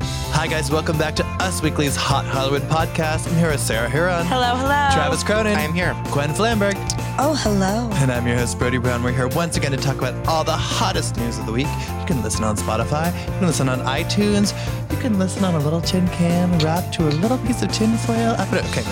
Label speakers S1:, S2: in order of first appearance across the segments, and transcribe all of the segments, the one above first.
S1: Hi, guys. Welcome back to Us Weekly's Hot Hollywood podcast. I'm here with Sarah Huron,
S2: Hello, hello.
S1: Travis Cronin,
S3: I am here.
S1: Gwen Flamberg,
S4: Oh, hello.
S1: and I'm your host, Brody Brown. We're here once again to talk about all the hottest news of the week. You can listen on Spotify, you can listen on iTunes, you can listen on a little tin can wrapped to a little piece of tin foil. I put it- Okay,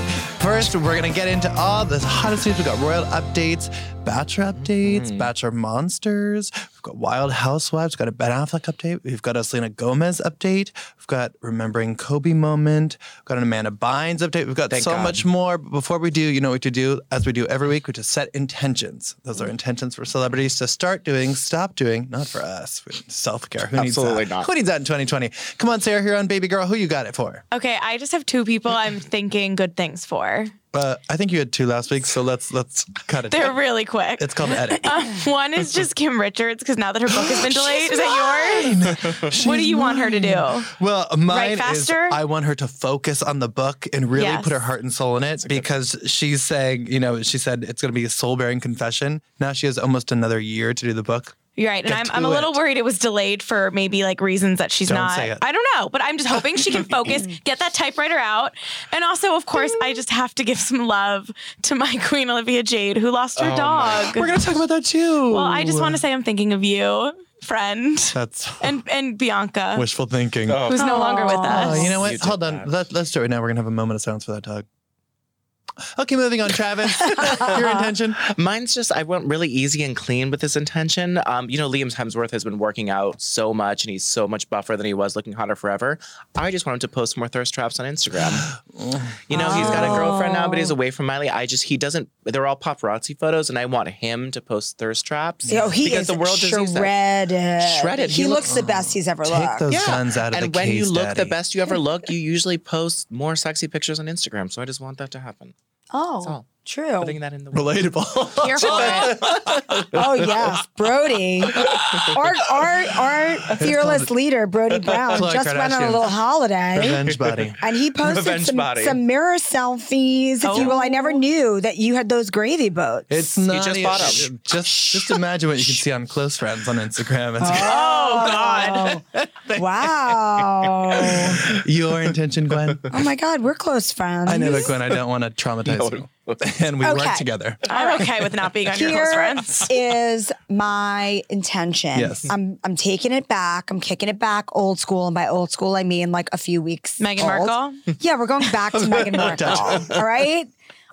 S1: first, we're going to get into all the hottest news. We've got royal updates, Bachelor updates,
S3: Mm.
S1: Bachelor monsters. We've got Wild Housewives. We've got a Ben Affleck update. We've got a Selena Gomez update. We've got Remembering Kobe moment. We've got an Amanda Bynes update. We've got
S3: Thank
S1: so
S3: God.
S1: much more. But before we do, you know what to do, as we do every week, which is set intentions. Those
S3: Mm.
S1: are intentions for celebrities to start doing, stop doing, not for us. Self care. Who
S3: Absolutely
S1: needs that?
S3: not.
S1: Who needs that in 2020? Come on, Sarah, here on Baby Girl. Who you got it for?
S2: Okay, I just have two people I'm thinking good things for.
S1: Uh, I think you had two last week, so let's let's cut it.
S2: They're really quick.
S1: it's called edit.
S2: Um, one is just Kim Richards because now that her book has been delayed, is that yours? what do you want her to do?
S1: Mm. Well, mine is
S2: faster?
S1: I want her to focus on the book and really
S2: Yes.
S1: put her heart and soul in it because she's saying, you know, she said it's going to be a soul bearing confession. Now she has almost another year to do the book.
S2: You're right, and I'm,
S1: Get
S2: I'm a
S1: to
S2: little
S1: it.
S2: worried it was delayed for maybe like reasons that she's
S1: Don't
S2: not.
S1: say it.
S2: I don't know, but I'm just hoping she can focus, get that typewriter out, and also, of course, I just have to give some love to my queen Olivia Jade who lost her
S3: my
S2: dog.
S1: Oh, We're going to talk about that too.
S2: well, I just want to say I'm thinking of you, friend,
S1: That's
S2: and and Bianca,
S1: wishful thinking. Oh.
S3: Oh.
S2: who's no longer with
S4: Aw.
S2: us.
S1: you know what?
S3: You did
S1: Hold on.
S3: that.
S1: Let, let's do it right now. We're going to have a moment of silence for that dog. Okay, moving on, Travis. Your intention?
S3: Mine's just I went really easy and clean with this intention. Um, you know, Liam Hemsworth has been working out so much, and he's so much buffer than he was, looking hotter forever. I just want him to post more thirst traps on Instagram. You know, he's got a girlfriend now,
S1: Oh.
S3: but he's away from Miley. I just he doesn't. They're all paparazzi photos, and I want him to post thirst traps.
S4: Oh, he
S3: because
S4: is
S3: the world just needs that.
S4: shredded.
S3: Shredded.
S4: He,
S3: He
S4: looks
S3: looks-
S4: the best he's ever
S1: Take
S4: looked.
S1: those guns out of
S3: and
S1: the
S3: when
S1: case,
S3: you look the
S1: Daddy.
S3: best you ever look, you usually post more sexy pictures on Instagram. So I just want that to happen. That's
S4: oh,
S3: all.
S4: true.
S3: Putting that in the
S1: Relatable.
S2: Here for it.
S4: Oh yes, Brody, our our our fearless leader Brody Brown
S1: Khloe
S4: just went on a
S1: Kardashian.
S4: little holiday.
S1: Revenge body.
S4: And he posted
S3: Revenge
S4: some,
S3: body.
S4: some mirror selfies, if you will. I never knew that you had those gravy boats.
S1: It's not.
S3: just
S1: e-
S3: bought 'em.
S1: Just, just imagine what you can see on close friends on Instagram.
S3: Uh-huh.
S4: oh God! wow!
S1: Your intention, Gwen.
S4: Oh my God, we're close friends.
S1: I know that, Gwen. I don't want to traumatize you. And we work
S4: Okay.
S1: together.
S2: I'm okay with not being on your close
S4: Here
S2: friends.
S4: is my intention.
S1: Yes.
S4: I'm I'm taking it back. I'm kicking it back old school. And by old school I mean like a few weeks.
S2: Meghan
S4: old.
S2: Markle?
S4: Yeah, we're going back to Meghan Markle. All right.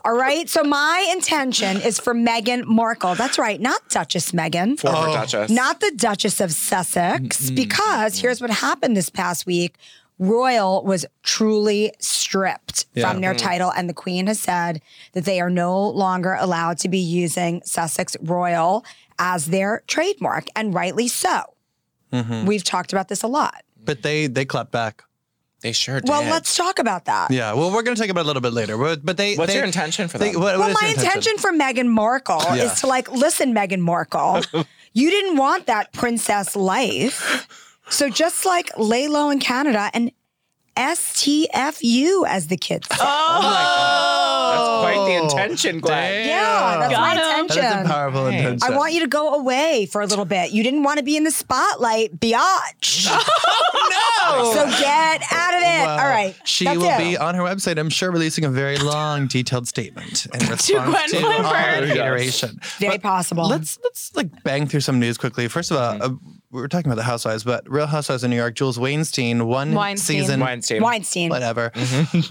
S4: All right. So my intention is for Meghan Markle. That's right, not Duchess Meghan.
S3: former
S1: Oh.
S3: Duchess.
S4: Not the Duchess of Sussex, because here's what happened this past week. Royal was truly stripped
S1: Yeah.
S4: from their title, and the Queen has said that they are no longer allowed to be using Sussex Royal as their trademark, and rightly so. We've talked about this a lot.
S1: But they they clap back.
S3: they sure did.
S4: Well, let's talk about that.
S1: Yeah. Well, we're going to talk about it a little bit later. But but they.
S3: What's
S1: they-
S3: your intention for
S1: they-
S3: them?
S1: what- what
S4: Well,
S1: is
S4: my
S1: your
S4: intention for Meghan Markle
S1: Yeah.
S4: is to like, listen, Meghan Markle, you didn't want that princess life. So just like lay low in Canada and STFU, as the kids say.
S3: Oh That's quite the intention, Glenn.
S4: yeah, that's my
S2: Got him.
S4: intention.
S1: Oh. That is a powerful
S3: Right.
S1: intention.
S4: I want you to go away for a little bit. You didn't want to be in the spotlight, biatch. no.
S1: Oh.
S4: So get out of it.
S1: Well,
S4: All right.
S1: She
S4: That's
S1: will
S4: it.
S1: be um, on her website, I'm sure, releasing a very long, detailed statement in response
S2: Gwen
S1: to, all her
S2: Flamberg.
S1: iteration.
S4: Very possible.
S1: Let's let's like bang through some news quickly. First of all,
S3: Mm-hmm.
S1: uh, we were talking about the Housewives, but Real Housewives in New York, Jules Weinstein, one
S2: Weinstein.
S1: season,
S3: Weinstein. Mm-hmm.
S4: Weinstein.
S1: whatever.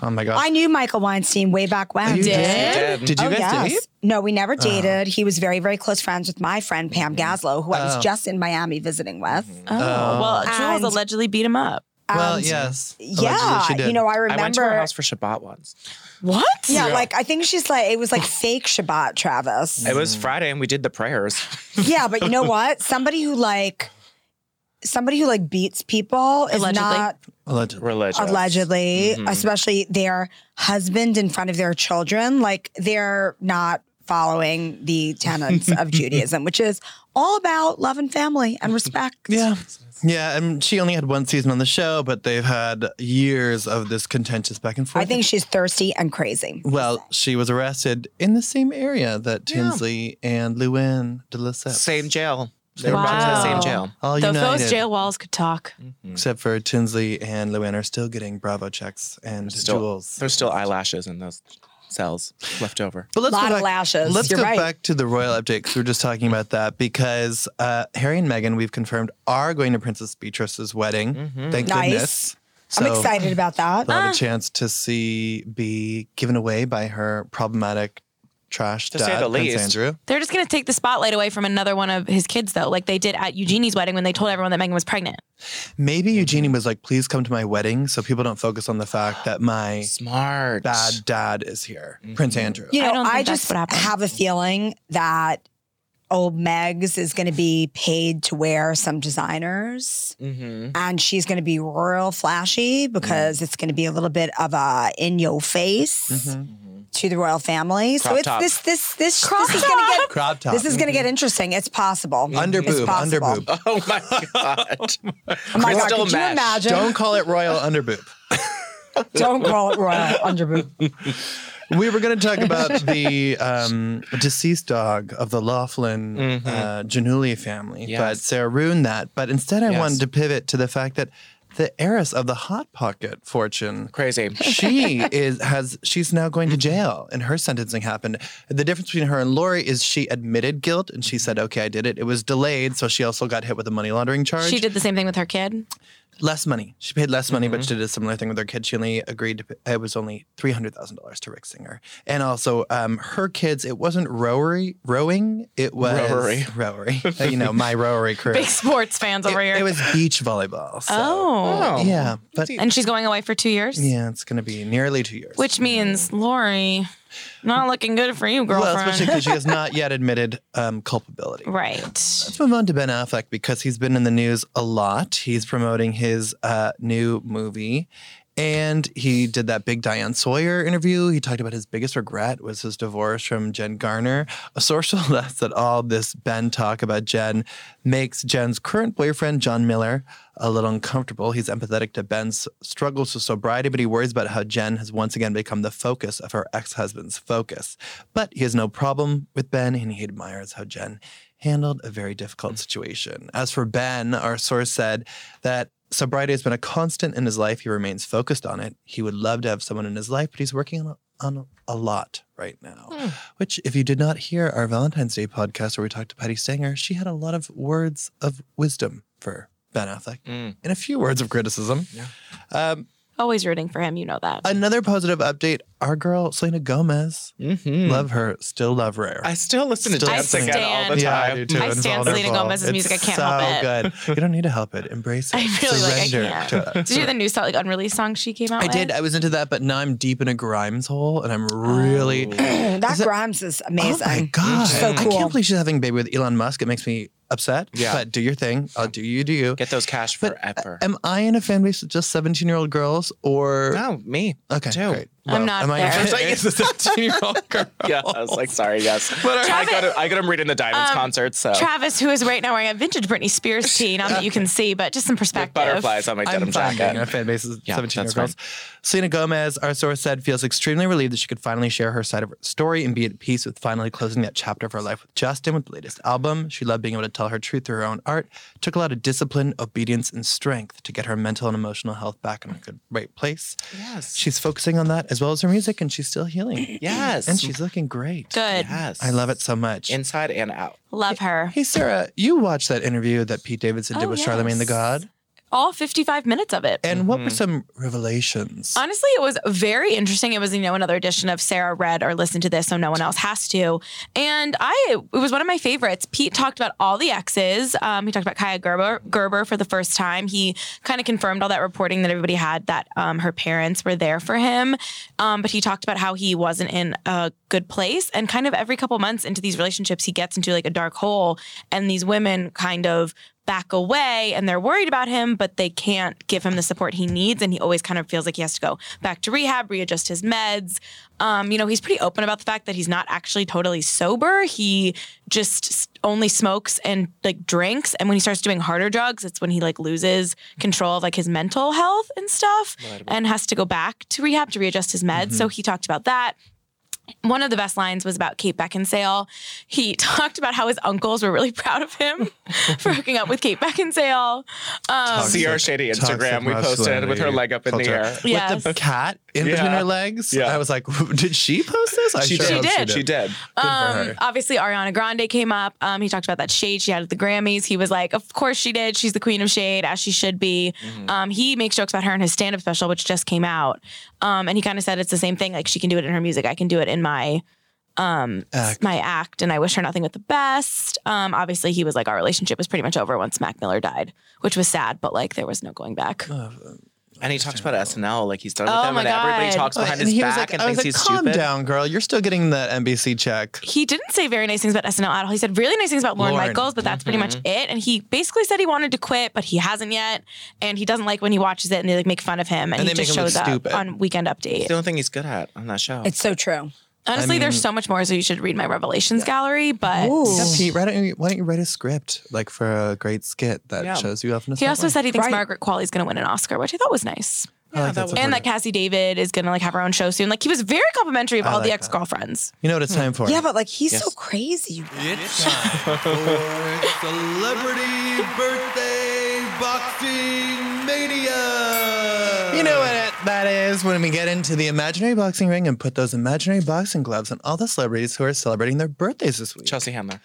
S1: Oh my gosh.
S4: I knew Michael Weinstein way back when.
S1: You
S2: did?
S1: Did you
S4: oh,
S1: guys
S4: yes.
S1: date? Oh.
S4: No, we never dated. He was very, very close friends with my friend Pam
S1: Mm-hmm.
S4: Gaslow, who I
S1: Oh.
S4: was just in Miami visiting with.
S2: Oh, well,
S4: And-
S2: Jules allegedly beat him up.
S1: Well, Oh,
S4: And
S1: yes.
S4: Um, Yeah, you know, I
S3: I went to her
S4: remember.
S3: house for Shabbat once.
S2: What?
S4: Yeah,
S3: Yeah.
S4: like I think she's like it was like fake Shabbat, Travis.
S3: It was Friday and we did the prayers.
S4: yeah, but you know what? Somebody who like somebody who like beats people is
S2: Allegedly.
S4: not
S1: Allegedly.
S3: Religious.
S4: allegedly,
S1: Mm-hmm.
S4: especially their husband in front of their children, like they're not following the tenets of Judaism, which is all about love and family and respect.
S1: Yeah. Yeah, and she only had one season on the show, but they've had years of this contentious back and forth.
S4: I think she's thirsty and crazy.
S1: well, she was arrested in the same area that Tinsley and Luann de Lesseps.
S3: Same jail. They were brought to the same
S2: Wow.
S3: jail.
S1: All
S2: Those,
S1: united,
S2: those jail walls could talk.
S1: except for Tinsley and Luann are still getting Bravo checks and
S3: Still-
S1: jewels.
S3: There's still eyelashes in those cells left over.
S1: But let's
S4: Lot
S1: go
S4: of
S1: back,
S4: lashes.
S1: Let's
S4: You're
S1: go
S4: right.
S1: back to the royal update because we were just talking about that because uh, Harry and Meghan, we've confirmed, are going to Princess Beatrice's wedding. Thank
S4: Nice.
S1: goodness.
S4: I'm
S1: So
S4: excited about that.
S1: They'll
S3: Ah.
S1: have a chance to see be given away by her problematic trash
S3: To
S1: dad,
S3: say the
S1: Prince
S3: least.
S1: Andrew.
S2: They're just gonna take the spotlight away from another one of his kids, though, like they did at Eugenie's wedding when they told everyone that Megan was pregnant.
S3: Mm-hmm.
S1: Maybe Eugenie was like, please come to my wedding so people don't focus on the fact that my
S3: Smart.
S1: bad dad is here, Prince
S3: Mm-hmm.
S1: Andrew.
S4: You know,
S2: I
S4: I,
S2: don't think that's
S4: just
S2: what happened.
S4: have a feeling that old Megs is going to be paid to wear some designers
S3: Mm-hmm.
S4: and she's going to be royal flashy because it's going to be a little bit of a in your face
S1: Mm-hmm.
S3: Mm-hmm.
S4: to the royal family. so
S3: Crop
S4: it's
S3: top.
S4: this this this this is going to get
S1: Crop top. Mm-hmm.
S4: this is going to get interesting. It's possible.
S1: under
S4: It's
S1: boob, under
S4: possible.
S1: boob.
S3: Oh my god.
S4: Oh my God,
S3: Crystal
S4: could you
S3: mesh.
S4: imagine?
S1: Don't call it royal under boob.
S4: Don't call it royal under boob.
S1: we were going to talk about the um, deceased dog of the Laughlin uh, Januli family, but
S3: Mm-hmm. Yes.
S1: Sarah ruined that. But instead, I
S3: Yes.
S1: wanted to pivot to the fact that the heiress of the Hot Pocket fortune.
S3: Crazy.
S1: She is has she's now going to
S3: Mm-hmm.
S1: jail and her sentencing happened. The difference between her and Lori is she admitted guilt and she said, Okay, I did it. It was delayed, so she also got hit with a money laundering charge
S2: She did the same thing with her kid.
S1: less money. She paid less money,
S2: Mm-hmm.
S1: but she did a similar thing with her kid. She only agreed to. Pay, it was only three hundred thousand dollars to Rick Singer, and also um, her kids. It wasn't rowery rowing. It was
S3: Rowery.
S1: rowery. Uh, you know my rowery crew.
S2: Big sports fans over here.
S1: it, it was beach volleyball. So.
S2: oh.
S3: Oh.
S1: yeah, but
S2: And she's going away for two years?
S1: yeah, it's gonna be nearly two years.
S2: Which means, Lori, not looking good for you,
S1: well,
S2: girlfriend.
S1: especially because she has not yet admitted um, culpability.
S2: right.
S1: Let's move on to Ben Affleck because he's been in the news a lot. He's promoting his uh, new movie. And he did that big Diane Sawyer interview. He talked about his biggest regret was his divorce from Jen Garner. A source told us that all this Ben talk about Jen makes Jen's current boyfriend, John Miller, a little uncomfortable. He's empathetic to Ben's struggles with sobriety, but he worries about how Jen has once again become the focus of her ex husband's focus. But he has no problem with Ben and he admires how Jen handled a very difficult situation. As for Ben, our source said that sobriety has been a constant in his life. He remains focused on it. He would love to have someone in his life, but he's working on a, on a lot right now. Which, if you did not hear our Valentine's Day podcast where we talked to Patty Stanger, she had a lot of words of wisdom for Ben Affleck
S3: Mm.
S1: and a few words of criticism. Um,
S2: Always rooting for him. You know that.
S1: another positive update our girl, Selena Gomez,
S3: Mm-hmm.
S1: love her, still love rare.
S3: I still listen
S1: Still
S3: to Dance
S1: listening.
S3: Again all the
S2: Yeah,
S1: I
S3: time.
S1: do too.
S2: I
S1: It's
S2: stand Selena
S1: wonderful.
S2: Gomez's
S1: It's
S2: music. I can't
S1: so
S2: help
S1: good. You don't need to help it. Embrace it.
S2: I feel like I
S1: Surrender
S2: can't.
S1: to it.
S2: Did you hear the new song, like unreleased song she came out
S1: I
S2: with?
S1: did. I was into that, but now I'm deep in a Grimes hole, and I'm really.
S4: that
S1: Is it-
S4: Grimes is
S1: Oh
S4: amazing.
S1: my god!
S4: So
S1: I
S4: cool.
S1: can't believe she's having a baby with Elon Musk. It makes me upset.
S3: Yeah.
S1: But do your thing. I'll do you. Do you?
S3: Get those cash
S1: But,
S3: forever.
S1: Am I in a fan base of just 17 year old girls, or
S3: no, me.
S1: okay,
S3: too.
S1: great.
S2: I'm not
S1: Am I in a
S2: there.
S1: fan base of 17 year old girls?
S3: Yeah, I was like, sorry, yes. Um, I got him, I got him reading the Diamonds concert, so
S2: Travis, who is right now wearing a vintage Britney Spears tee, not that you can see, but just some perspective.
S3: butterflies on my
S1: I'm
S3: denim
S1: fine being in a
S3: jacket.
S1: fan base of
S3: Yeah,
S1: 17 year old
S3: that's
S1: girls. Selena Gomez, our source said, feels extremely relieved that she could finally share her side of her story and be at peace with finally closing that chapter of her life with Justin with the latest album. She loved being able to tell her truth through her own art. Took a lot of discipline, obedience, and strength to get her mental and emotional health back in a good right place.
S3: Yes.
S1: She's focusing on that as well as her music, and she's still healing.
S3: Yes.
S1: And she's looking great.
S2: Good.
S3: Yes.
S1: I love it so much.
S3: Inside and out.
S2: Love her.
S1: hey, Sarah, you watched that interview that Pete Davidson did
S2: Oh,
S1: with Charlemagne the
S2: yes.
S1: God.
S2: All 55 minutes of it.
S1: And what were some revelations?
S2: Honestly, it was very interesting. It was, you know, another edition of Sarah read or listened to this, so no one else has to. And I, it was one of my favorites. Pete talked about all the exes. Um, he talked about Kaya Gerber, Gerber for the first time. He kind of confirmed all that reporting that everybody had that um, her parents were there for him. Um, but he talked about how he wasn't in a good place, and kind of every couple months into these relationships, he gets into like a dark hole, and these women kind of back away and they're worried about him, but they can't give him the support he needs. And he always kind of feels like he has to go back to rehab, readjust his meds. Um, you know, he's pretty open about the fact that he's not actually totally sober. He just s- only smokes and like drinks. And when he starts doing harder drugs, it's when he like loses control of like his mental health and stuff and has to go back to rehab to readjust his meds. So he talked about that. one of the best lines was about Kate Beckinsale. He talked about how his uncles were really proud of him for hooking up with Kate Beckinsale. Um,
S3: See our shady
S1: Toxic
S3: Instagram we posted with
S1: masculinity
S3: her leg up in the
S1: culture.
S3: air.
S1: With
S2: Yes.
S1: the cat in
S3: Yeah.
S1: between her legs.
S3: Yeah.
S1: I was like, did she post this? I
S3: She
S1: sure
S3: did.
S1: hope
S2: did.
S3: She did.
S1: Good for
S2: um,
S1: her.
S2: obviously, Ariana Grande came up. Um, he talked about that shade she had at the Grammys. He was like, "Of course she did. She's the queen of shade, as she should be."
S1: Mm-hmm.
S2: Um, he makes jokes about her in his stand-up special, which just came out. Um, and he kind of said it's the same thing. Like she can do it in her music. I can do it in my um
S1: Act.
S2: my act and i wish her nothing but the best um obviously he was like our relationship was pretty much over once mac miller died which was sad but like there was no going back
S3: And he talks about SNL like he's done with
S2: Oh
S3: them,
S2: my
S3: and everybody
S2: God.
S3: talks behind
S1: and
S3: his
S1: he was
S3: back
S1: like,
S3: and
S1: I was
S3: thinks
S1: like,
S3: he's
S1: calm
S3: stupid.
S1: down, girl. You're still getting that NBC check.
S2: he didn't say very nice things about SNL at all. He said really nice things about Lauren,
S1: Lorne.
S2: Michaels, but that's pretty much
S1: Mm-hmm.
S2: it. And he basically said he wanted to quit, but he hasn't yet. And he doesn't like when he watches it and they like make fun of him and,
S1: And
S2: he
S1: they make
S2: just
S1: him look
S2: shows up
S1: stupid.
S2: on Weekend Update.
S3: It's the only thing he's good at on that show.
S4: It's so true.
S2: Honestly,
S1: I
S2: there's
S1: mean-
S2: so much more, so you should read my Revelations gallery. But
S4: Ooh.
S1: Yeah, Pete, why don't, you, why don't you write a script like for a great skit that
S3: Yeah.
S1: shows you off in a
S2: he also said he thinks
S4: Right.
S2: Margaret Qualley's going to win an Oscar, which I thought was nice.
S1: yeah,
S3: that was-
S2: And that Cassie David is going to like have her own show soon. Like he was very complimentary of all the
S1: like that.
S2: ex girlfriends.
S1: You know what it's time for?
S4: Yeah, but like he's so
S3: Yes.
S4: crazy.
S1: It's time for celebrity birthday boxing mania. You know what it, that is when we get into the imaginary boxing ring and put those imaginary boxing gloves on all the celebrities who are celebrating their birthdays this week.
S3: Chelsea Handler.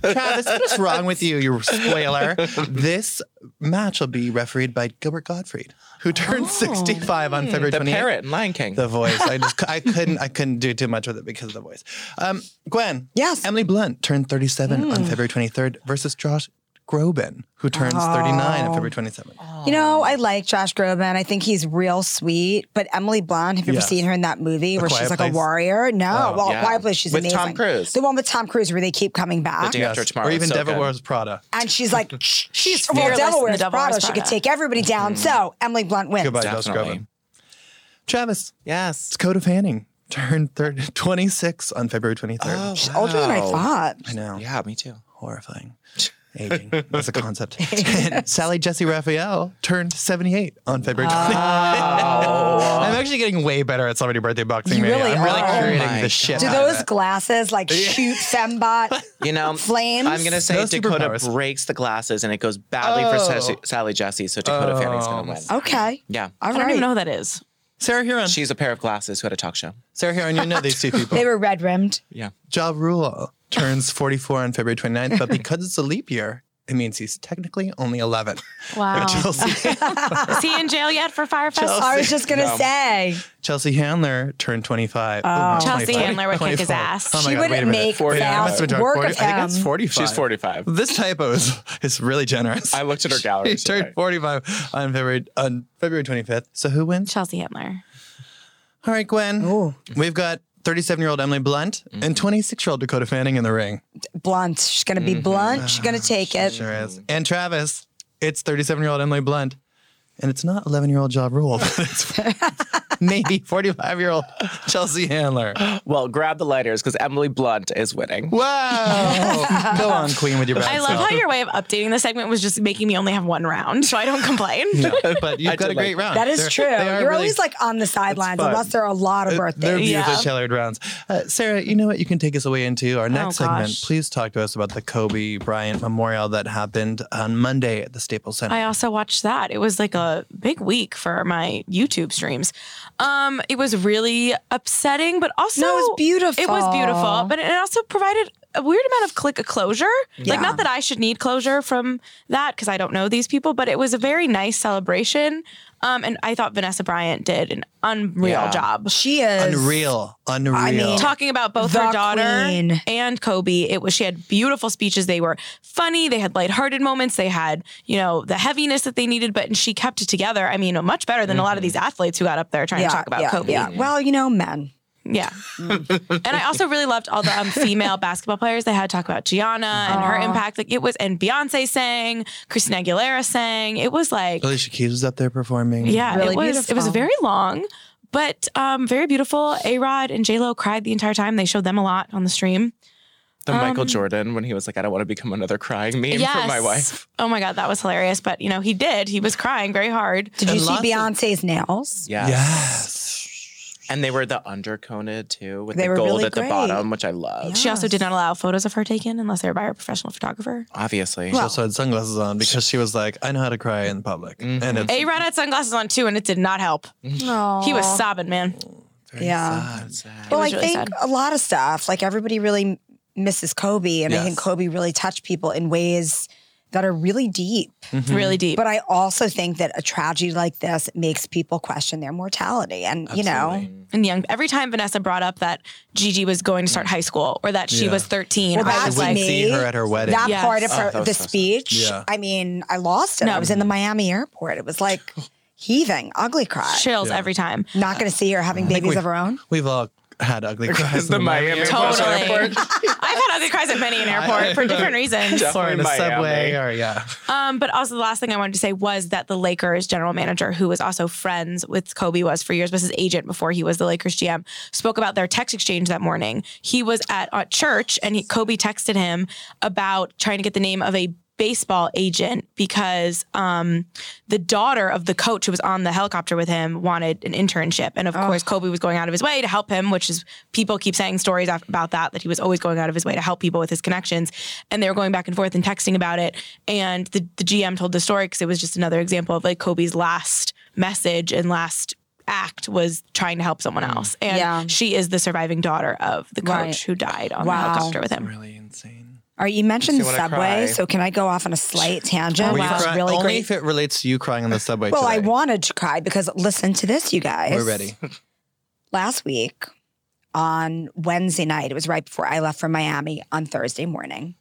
S1: Travis, what is wrong with you? You spoiler. this match will be refereed by Gilbert Gottfried, who turned 65 on February
S3: Oh. The
S1: 28th.
S3: parrot in Lion King.
S1: The voice. I just I couldn't I couldn't do too much with it because of the voice. Um, Gwen.
S4: Yes.
S1: Emily Blunt turned 37 on February 23rd versus Josh Groban, who turns 39 on February 27th.
S4: You know, I like Josh Groban. I think he's real sweet. But Emily Blunt, have you
S1: Yeah.
S4: ever seen her in that movie where
S1: Quiet
S4: she's like
S1: Place?
S4: a warrior? No, well,
S3: yeah.
S4: Quiet Place, she's
S3: With
S4: amazing.
S3: Tom Cruise.
S4: the one with Tom Cruise where they keep coming back.
S3: day after tomorrow.
S1: Or
S3: It's
S1: even
S3: so
S1: Devil
S3: good.
S1: Wears Prada.
S4: And she's like, shh, shh. Well,
S2: fearless in
S4: Devil
S2: The
S4: Wears
S2: Devil
S4: Prada.
S2: Wears
S4: She could
S2: Prada.
S4: take everybody down. So Emily Blunt wins.
S1: Goodbye, Josh
S3: Definitely.
S1: Groban. Travis,
S3: Yes.
S1: Dakota Fanning turned third, 26 on February 23rd.
S3: Oh.
S4: She's older than I
S3: Wow.
S4: thought.
S1: I know.
S3: Yeah, me too.
S1: horrifying. Aging as a concept. And Sally Jesse Raphael turned 78 on February 20th. I'm actually getting way better at celebrity birthday boxing.
S4: You
S1: mania.
S4: really
S1: I'm really
S4: are.
S3: Oh
S1: curating
S3: my
S1: the shit.
S4: Do
S1: out of
S4: those
S1: it.
S4: glasses like shoot fembot?
S3: You know,
S4: Flames?
S3: I'm gonna say
S1: No
S3: Dakota
S1: superpowers.
S3: breaks the glasses, and it goes badly
S1: Oh.
S3: for Sally, Sally Jesse. So Dakota Fanning's gonna win.
S4: Okay.
S3: Yeah,
S2: I
S4: All
S2: don't even
S4: right.
S2: know who that is.
S1: Sarah Huron.
S3: she's a pair of glasses who had a talk show.
S1: Sarah Huron, you know these two people.
S4: They were red rimmed.
S3: Yeah,
S1: Ja Rule turns 44 on February 29th, but because it's a leap year, it means he's technically only 11.
S4: Oh.
S2: Wow.
S1: Chelsea,
S2: is he in jail yet for Firefest?
S4: I was just gonna
S3: No.
S4: say
S1: Chelsea Handler turned 25. Oh,
S2: Chelsea
S1: 25.
S2: Handler would kick his
S1: 24.
S2: ass.
S1: Oh my
S4: She
S1: God, wait a
S4: wouldn't
S1: minute.
S4: make
S1: 40. I
S4: fast
S1: must have done
S4: work
S1: 40.
S4: of
S1: I think it's
S4: him.
S1: 45.
S3: she's 45.
S1: This typo is, is really generous.
S3: I looked at her gallery.
S1: He turned
S3: today.
S1: 45 on February on February 25th. So who wins?
S2: Chelsea Handler.
S1: All right, Gwen. We've got 37-year-old Emily Blunt
S3: Mm-hmm.
S1: and 26-year-old Dakota Fanning in the ring.
S4: blunt. She's gonna be blunt. She's gonna take it.
S1: Mm-hmm. Sure is.
S3: Mm-hmm.
S1: And Travis, it's 37-year-old Emily Blunt. And it's not 11-year-old job rule, but it's maybe 45-year-old Chelsea Handler.
S3: Well, grab the lighters because Emily Blunt is winning.
S1: Wow. Go on, Queen, with your bad
S2: I love
S1: self.
S2: how your way of updating the segment was just making me only have one round, so I don't complain.
S1: But you've
S3: I
S1: got
S3: did
S1: a great
S3: like-
S1: round.
S4: That
S1: They're-
S4: is true. You're
S1: they are really-
S4: always like on the sidelines,
S1: fun.
S4: unless there are a lot of
S1: They're
S4: birthdays.
S1: beautifully
S2: Yeah.
S1: tailored rounds. Uh, Sarah, you know what? You can take us away into our next
S2: Oh,
S1: segment.
S2: gosh.
S1: Please talk to us about the Kobe Bryant Memorial that happened on Monday at the Staples Center.
S2: I also watched that. It was like a big week for my YouTube streams. Um, it was really upsetting, but also
S4: No, it was beautiful.
S2: It was beautiful, but it also provided a weird amount of click closure. Like not that I should need closure from that because I don't know these people, but it was a very nice celebration. Um, and I thought Vanessa Bryant did an unreal
S3: Yeah.
S2: job.
S4: She is
S1: unreal, unreal.
S4: mean,
S2: talking about both
S4: Oh. The
S2: her daughter
S4: queen.
S2: and Kobe. It was she had beautiful speeches. They were funny. They had lighthearted moments. They had you know the heaviness that they needed, but and she kept it together. I mean, much better than a lot of these athletes who got up there trying
S4: Mm-hmm. Yeah,
S2: to talk about
S4: yeah,
S2: Kobe.
S4: yeah. Well, you know, men.
S2: Yeah. and I also really loved all the um, female basketball players. They had to talk about Gianna and her impact. Like it was, and Beyonce sang, Christina Aguilera sang. It was like,
S1: Alicia Keys was up there performing.
S2: yeah,
S4: Really
S2: it was. It was
S4: beautiful.
S2: very long, but um, very beautiful. A Rod and J Lo cried the entire time. They showed them a lot on the stream.
S3: The
S4: Um,
S3: Michael Jordan when he was like, "I don't want to become another crying meme for my wife."
S2: Oh my God, that was hilarious. But you know, he did. He was crying very hard.
S4: Did you
S1: And
S4: see
S1: lots of-
S4: Beyonce's nails?
S3: Yes.
S1: Yes.
S3: And they were the undercoated too, with
S4: They
S3: the
S4: were
S3: gold
S4: really
S3: at the
S4: great.
S3: bottom, which I love.
S2: She also did not allow photos of her taken unless they were by a professional photographer.
S3: Obviously.
S1: She also had sunglasses on because she was like, I know how to cry in public.
S3: Mm-hmm.
S1: And it's
S2: A Rod had sunglasses on too, and it did not help. He was sobbing, man.
S1: very
S4: Yeah.
S1: sad.
S4: Well, I
S2: was really
S4: think
S2: sad.
S4: a lot of stuff, like everybody really m- misses Kobe. And I think
S1: Yes.
S4: Kobe really touched people in ways that are really deep.
S2: Really deep.
S4: But I also think that a tragedy like this makes people question their mortality. And, you know,
S2: and young. Every time Vanessa brought up that Gigi was going to start high school or that she
S1: Yeah.
S2: was 13,
S4: Well,
S2: I
S4: that
S2: was
S1: I
S2: like,
S1: wouldn't
S4: me-
S1: see her at her wedding.
S4: that
S2: Yes.
S4: part of her,
S3: Oh, that was
S4: the
S3: so sad.
S4: speech,
S1: Yeah.
S4: I mean, I lost it. I
S2: No.
S4: was in the Miami airport. It was like heaving, ugly cry.
S2: chills
S1: Yeah.
S2: every time.
S4: Not going to see her having babies
S1: we-
S4: of her own.
S1: We've all had ugly cries.
S3: Is the
S1: in
S3: Miami
S2: Totally.
S3: International
S2: I've
S3: Airport?
S2: had other cries at many an airport for different reasons.
S1: Or in a
S3: Miami.
S1: subway, or yeah.
S2: Um, but also the last thing I wanted to say was that the Lakers general manager, who was also friends with Kobe, was for years was his agent before he was the Lakers GM, spoke about their text exchange that morning. He was at, at church and he, Kobe texted him about trying to get the name of a baseball agent because um, the daughter of the coach who was on the helicopter with him wanted an internship. And
S4: Oh.
S2: of course, Kobe was going out of his way to help him, which is people keep saying stories af- about that, that he was always going out of his way to help people with his connections. And they were going back and forth and texting about it. And the, the GM told the story because it was just another example of like Kobe's last message and last act was trying to help someone
S3: Mm.
S2: else. And
S4: Yeah.
S2: she is the surviving daughter of the coach
S4: Right.
S2: who died on
S4: Wow.
S2: the helicopter with him.
S1: Really insane.
S4: All right, you mentioned the
S3: makes me wanna
S4: subway,
S3: cry.
S4: so can I go off on a slight tangent?
S1: Were you
S4: Which was
S1: crying?
S4: really
S1: Only
S4: great.
S1: if it relates to you crying on the subway.
S4: well, I
S1: today.
S4: wanted to cry because listen to this, you guys.
S1: We're ready.
S4: Last week on Wednesday night, it was right before I left for Miami on Thursday morning.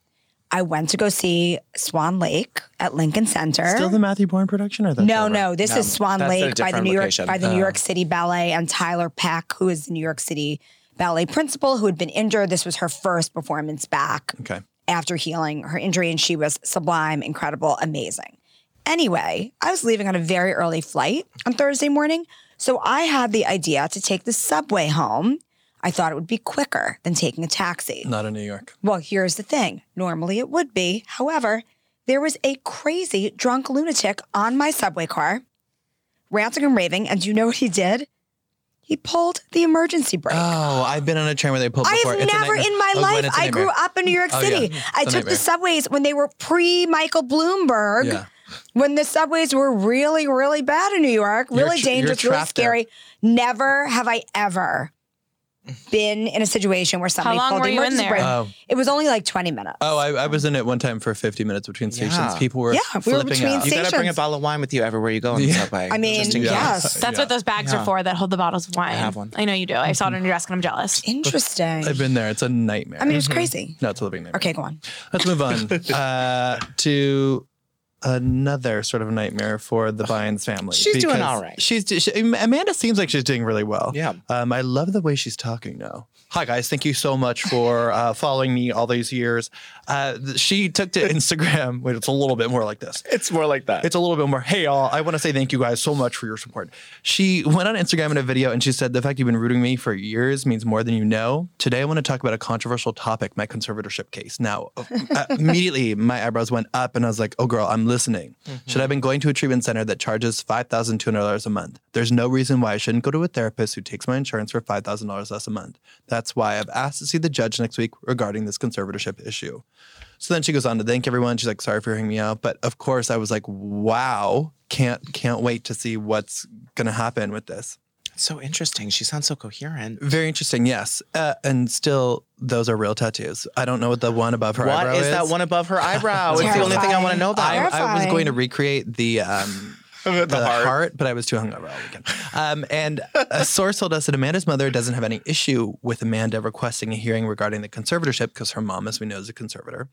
S4: I went to go see Swan Lake at Lincoln Center.
S1: Still the Matthew Bourne production, or that's
S4: no,
S1: over?
S4: no, this
S3: No,
S4: is Swan
S3: that's at a
S4: Lake by the
S3: different
S4: New York
S3: location. Uh-huh.
S4: by the New York City Ballet and Tyler Peck, who is the New York City ballet principal who had been injured. This was her first performance back
S1: Okay.
S4: after healing her injury, and she was sublime, incredible, amazing. Anyway, I was leaving on a very early flight on Thursday morning, so I had the idea to take the subway home. I thought it would be quicker than taking a taxi.
S1: Not in New York.
S4: Well, here's the thing normally it would be. However, there was a crazy drunk lunatic on my subway car, ranting and raving, and do you know what he did? He pulled the emergency brake.
S1: Oh, I've been on a train where they pulled
S4: I
S1: before.
S4: have
S1: It's a
S4: never
S1: nightmare.
S4: in my
S1: Oh, Gwen,
S4: life.
S1: it's a
S4: I grew
S1: nightmare.
S4: up in New York
S1: Oh,
S4: City.
S1: yeah. It's
S4: I
S1: a
S4: took the
S1: nightmare.
S4: subways when they were pre Michael Bloomberg,
S1: Yeah.
S4: when the subways were really, really bad in New York,
S1: You're
S4: really
S1: tra- you're
S4: dangerous, really
S1: trapped there.
S4: scary. Never have I ever been in a situation where somebody
S2: long
S4: pulled
S2: were
S4: the
S2: you in
S4: emergency
S2: there?
S4: brake.
S1: Oh.
S4: it was only like 20 minutes.
S1: Oh, I, I was in it one time for 50 minutes between stations.
S3: Yeah.
S1: People were
S4: Yeah, we were
S1: flipping
S4: between
S1: out.
S3: You gotta bring a
S4: Stations.
S3: bottle of wine with you everywhere you go on the subway.
S4: I mean,
S3: just in case.
S4: yes.
S2: That's what those bags are
S3: Yeah.
S2: for that hold the bottles of wine. I
S3: have one. Mm-hmm.
S2: know you do. I saw it on your desk and I'm jealous.
S4: Interesting.
S1: I've been there. Mm-hmm. It's a nightmare.
S4: I mean, it's crazy.
S1: no, it's a living nightmare.
S4: Okay, go on.
S1: Let's move on uh, to another sort of nightmare for the Bynes family.
S3: She's doing
S1: because
S3: all right.
S1: She's she, Amanda seems like she's doing really well.
S3: Yeah.
S1: Um, I love the way she's talking now. Hi guys, thank you so much for uh, following me all these years. Uh, th- she took to Instagram. Wait, it's a little bit more like this.
S3: It's more like that.
S1: It's a little bit more, hey, all, I want to say thank you guys so much for your support. She went on Instagram in a video and she said, The fact you've been rooting me for years means more than you know. Today, I want to talk about a controversial topic, my conservatorship case. Now, uh, immediately, my eyebrows went up and I was like, Oh, girl, I'm listening. Should I have been going to a treatment center that charges $5,200 a month? There's no reason why I shouldn't go to a therapist who takes my insurance for $5,000 less a month. That's why I've asked to see the judge next week regarding this conservatorship issue. So then she goes on to thank everyone. She's like, "Sorry for hearing me out," but of course, I was like, "Wow, can't can't wait to see what's going to happen with this."
S3: so interesting. She sounds so coherent.
S1: Very interesting, yes. Uh, and still, those are real tattoos. I don't know what the one above her
S3: What
S1: eyebrow
S3: is that one above her eyebrow? it's the only thing I want to know about.
S1: I, I was
S4: Terrifying.
S1: going to recreate the. Um,
S3: The heart.
S1: but I was too hungover all weekend. Um, and a source told us that Amanda's mother doesn't have any issue with Amanda requesting a hearing regarding the conservatorship because her mom, as we know, is a conservator.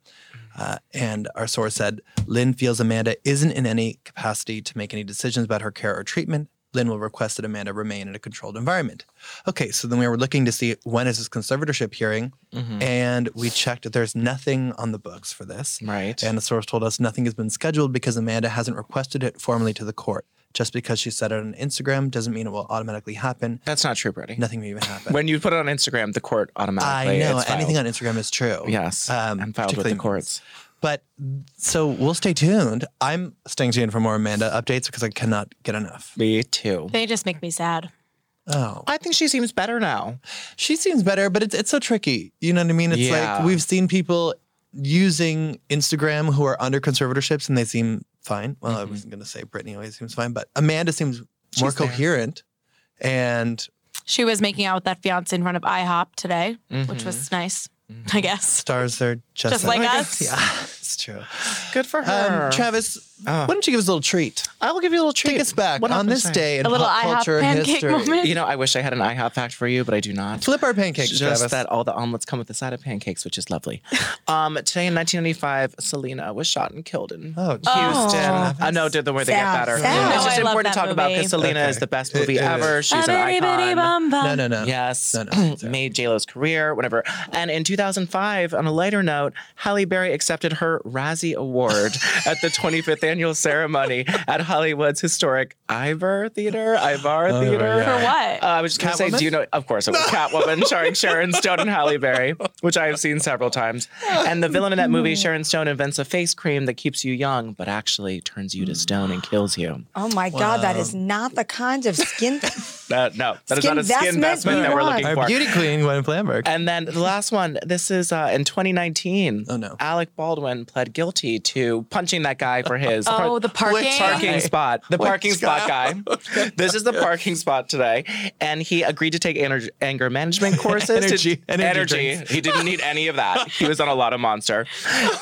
S1: Uh, and our source said Lynn feels Amanda isn't in any capacity to make any decisions about her care or treatment. Lynn will request that Amanda remain in a controlled environment. Okay, so then we were looking to see when is this conservatorship hearing,
S3: Mm-hmm.
S1: and we checked. that There's nothing on the books for this.
S3: Right.
S1: And the source told us nothing has been scheduled because Amanda hasn't requested it formally to the court. Just because she said it on Instagram doesn't mean it will automatically happen.
S3: That's not true, Brady.
S1: Nothing will even happen.
S3: When you put it on Instagram, the court
S1: I
S3: automatically.
S1: know
S3: it's filed.
S1: anything on Instagram is true.
S3: Yes.
S1: Um,
S3: and filed with the
S1: particularly-
S3: courts.
S1: But so we'll stay tuned. I'm staying tuned for more Amanda updates because I cannot get enough.
S3: Me too.
S2: They just make me sad.
S1: Oh,
S3: I think she seems better now.
S1: she seems better, but it's it's so tricky. You know what I mean? It's
S3: Yeah.
S1: like we've seen people using Instagram who are under conservatorships and they seem fine. Well, I
S3: Mhm.
S1: wasn't gonna say Brittany always seems fine, but Amanda seems more
S3: She's there.
S1: coherent. And
S2: She was making out with that fiance in front of IHOP today, which
S3: Mhm.
S1: Mm-hmm.
S2: was nice, I guess.
S1: stars are just,
S2: Just like us.
S1: Yeah, it's true.
S3: good for her.
S1: Um, Travis,
S3: Oh.
S1: why don't you give us a little treat?
S3: I will give you a little treat.
S1: Take us back
S3: What
S1: on
S3: happened
S1: this
S3: today?
S1: day in
S2: A little
S1: pop
S2: IHOP
S1: culture
S2: pancake
S1: history.
S2: moment.
S3: You know, I wish I had an IHOP fact for you, but I do not.
S1: Flip our pancakes,
S3: Just
S1: Travis.
S3: that all the omelets come with a side of pancakes, which is lovely. um, today in 1995, Selena was shot and killed in
S1: Oh, geez.
S3: Houston. I know, did the way they get
S4: Sad,
S3: better.
S4: sad.
S3: It's
S2: No,
S3: just
S2: I love
S3: important to
S2: that
S3: talk about
S2: movie.
S3: because Selena
S1: Okay.
S3: is the best
S1: It-
S3: movie
S1: it
S3: ever.
S1: is.
S3: She's
S2: Ah,
S3: an
S2: bitty, bitty,
S3: icon.
S2: bum, bum.
S1: No, no, no.
S3: Yes.
S1: No, no, sorry.
S3: made JLo's career, whatever. And in 2005, on a lighter note, Halle Berry accepted her Razzie Award at the 25th annual ceremony at Hollywood's historic Ivor Theater. Ivor
S1: Ivor,
S3: Theater.
S1: yeah.
S2: For
S3: Uh,
S2: what?
S3: I was just gonna say,
S1: Catwoman?
S3: do you know? Of course, it was Catwoman, starring Sharon Stone and Halle Berry, which I have seen several times. And the villain in that movie, Sharon Stone, invents a face cream that keeps you young, but actually turns you to stone and kills you.
S4: Oh my God, that is not the kind of skin.
S3: That no, that is
S4: Skin
S3: not a skin
S4: vestment
S3: investment that we're
S4: we
S3: looking
S1: Our
S3: for.
S1: beauty queen, Gwen Flamberg.
S3: And then the last one, this is uh, in 2019.
S1: Oh, no.
S3: Alec Baldwin pled guilty to punching that guy for his
S2: oh,
S3: par-
S2: the parking.
S3: parking spot. The parking spot guy. this is the parking spot today. And he agreed to take aner- anger management courses. to-
S1: Energy- energy drinks.
S3: He didn't need any of that. He was on a lot of monster.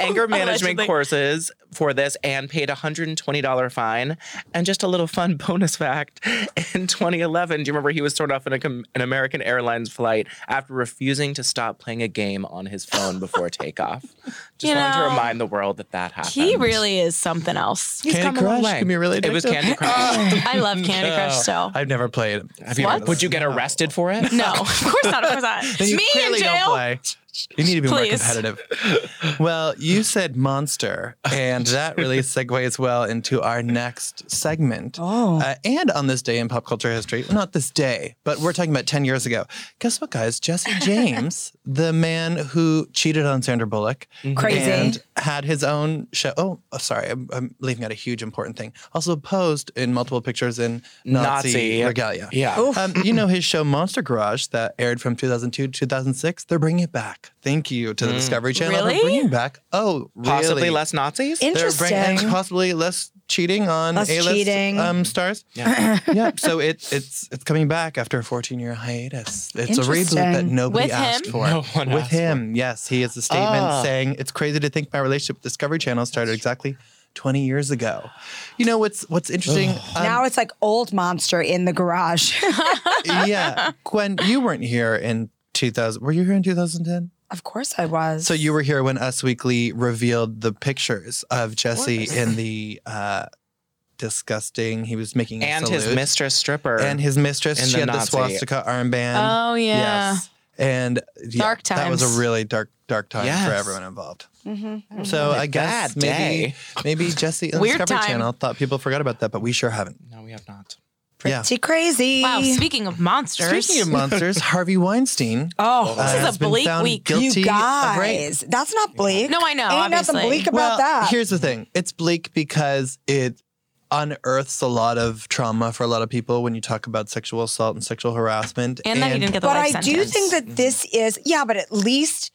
S3: Anger management
S2: Allegedly.
S3: courses for this and paid a $120 fine. And just a little fun bonus fact in 2011, do you remember he was thrown off in a com- an American Airlines flight after refusing to stop playing a game on his phone before takeoff? Just
S2: You
S3: wanted
S2: know,
S3: to remind the world that that happened.
S2: He really is something else.
S3: He's
S1: Candy
S3: come a long
S1: Crush
S3: way.
S1: can be really
S3: It was
S1: addictive.
S3: Candy Crush.
S2: I love Candy Crush so.
S1: I've never played.
S3: Have you
S2: Oh, What?
S3: ever- would you get arrested for it?
S2: No, of course not. Of course not.
S1: Then you
S2: Me in
S1: clearly don't
S2: jail.
S1: play. You need to be
S2: Please.
S1: more competitive. Well, you said monster, and that really segues well into our next segment.
S4: Oh.
S1: Uh, and on this day in pop culture history, well, not this day, but we're talking about 10 years ago. Guess what, guys? Jesse James, the man who cheated on Sandra Bullock
S2: Mm-hmm.
S4: Crazy.
S1: and had his own show. Oh, oh, sorry, I'm, I'm leaving out a huge important thing. Also posed in multiple pictures in Nazi,
S3: Nazi.
S1: regalia.
S3: Yeah.
S1: Um, you know his show Monster Garage that aired from 2002 to 2006? They're bringing it back. Thank you to the Discovery Channel
S2: Really?
S1: for bringing back. Oh, really?
S3: Mm. Possibly less Nazis?
S1: They're
S4: Interesting.
S1: bringing and possibly less cheating on
S4: Less
S1: A-list
S4: cheating.
S1: Um, stars.
S3: Yeah.
S1: yeah. So it, it's it's coming back after a 14 year hiatus. It's a reboot
S4: Interesting.
S1: that nobody
S2: With him?
S1: asked for.
S3: No one
S1: With
S3: asked for
S1: him, yes, he has a statement
S3: Ah.
S1: saying it's crazy to think my relationship with Discovery Channel started exactly 20 years ago. You know what's what's interesting? um,
S4: now it's like old monster in the garage.
S1: yeah, Gwen, you weren't here in 2000. Were you here in 2010?
S4: of course I was.
S1: So you were here when Us Weekly revealed the pictures of Jesse in the uh, disgusting. He was making a
S3: and his
S1: salute.
S3: mistress stripper.
S1: and his mistress.
S3: in
S1: She
S3: the
S1: had the
S3: Nazi.
S1: swastika armband.
S2: Oh yeah.
S1: Yes. And yeah,
S2: Dark
S1: That was
S2: times.
S1: a really dark, dark time for
S3: Yes.
S1: everyone involved.
S4: Mhm.
S1: So I
S3: Bad
S1: guess
S3: day.
S1: maybe, maybe Jesse and the
S2: Weird
S1: Discovery
S2: time.
S1: Channel thought people forgot about that, but we sure haven't.
S3: no, we have not.
S1: Yeah.
S4: Pretty crazy.
S2: Wow. Speaking of monsters.
S1: Speaking of monsters, Harvey Weinstein.
S4: oh,
S2: This is
S1: has
S2: a
S1: been
S2: bleak
S1: found
S2: week.
S4: you
S1: guilty of rape.
S4: guys. That's not bleak.
S2: no, I know.
S4: Ain't
S2: obviously.
S4: nothing bleak about that.
S1: Here's the thing. It's bleak because it unearths a lot of trauma for a lot of people when you talk about sexual assault and sexual harassment.
S2: and that he didn't get the
S4: but
S2: life
S4: I
S2: sentence.
S4: do think that this is yeah, but at least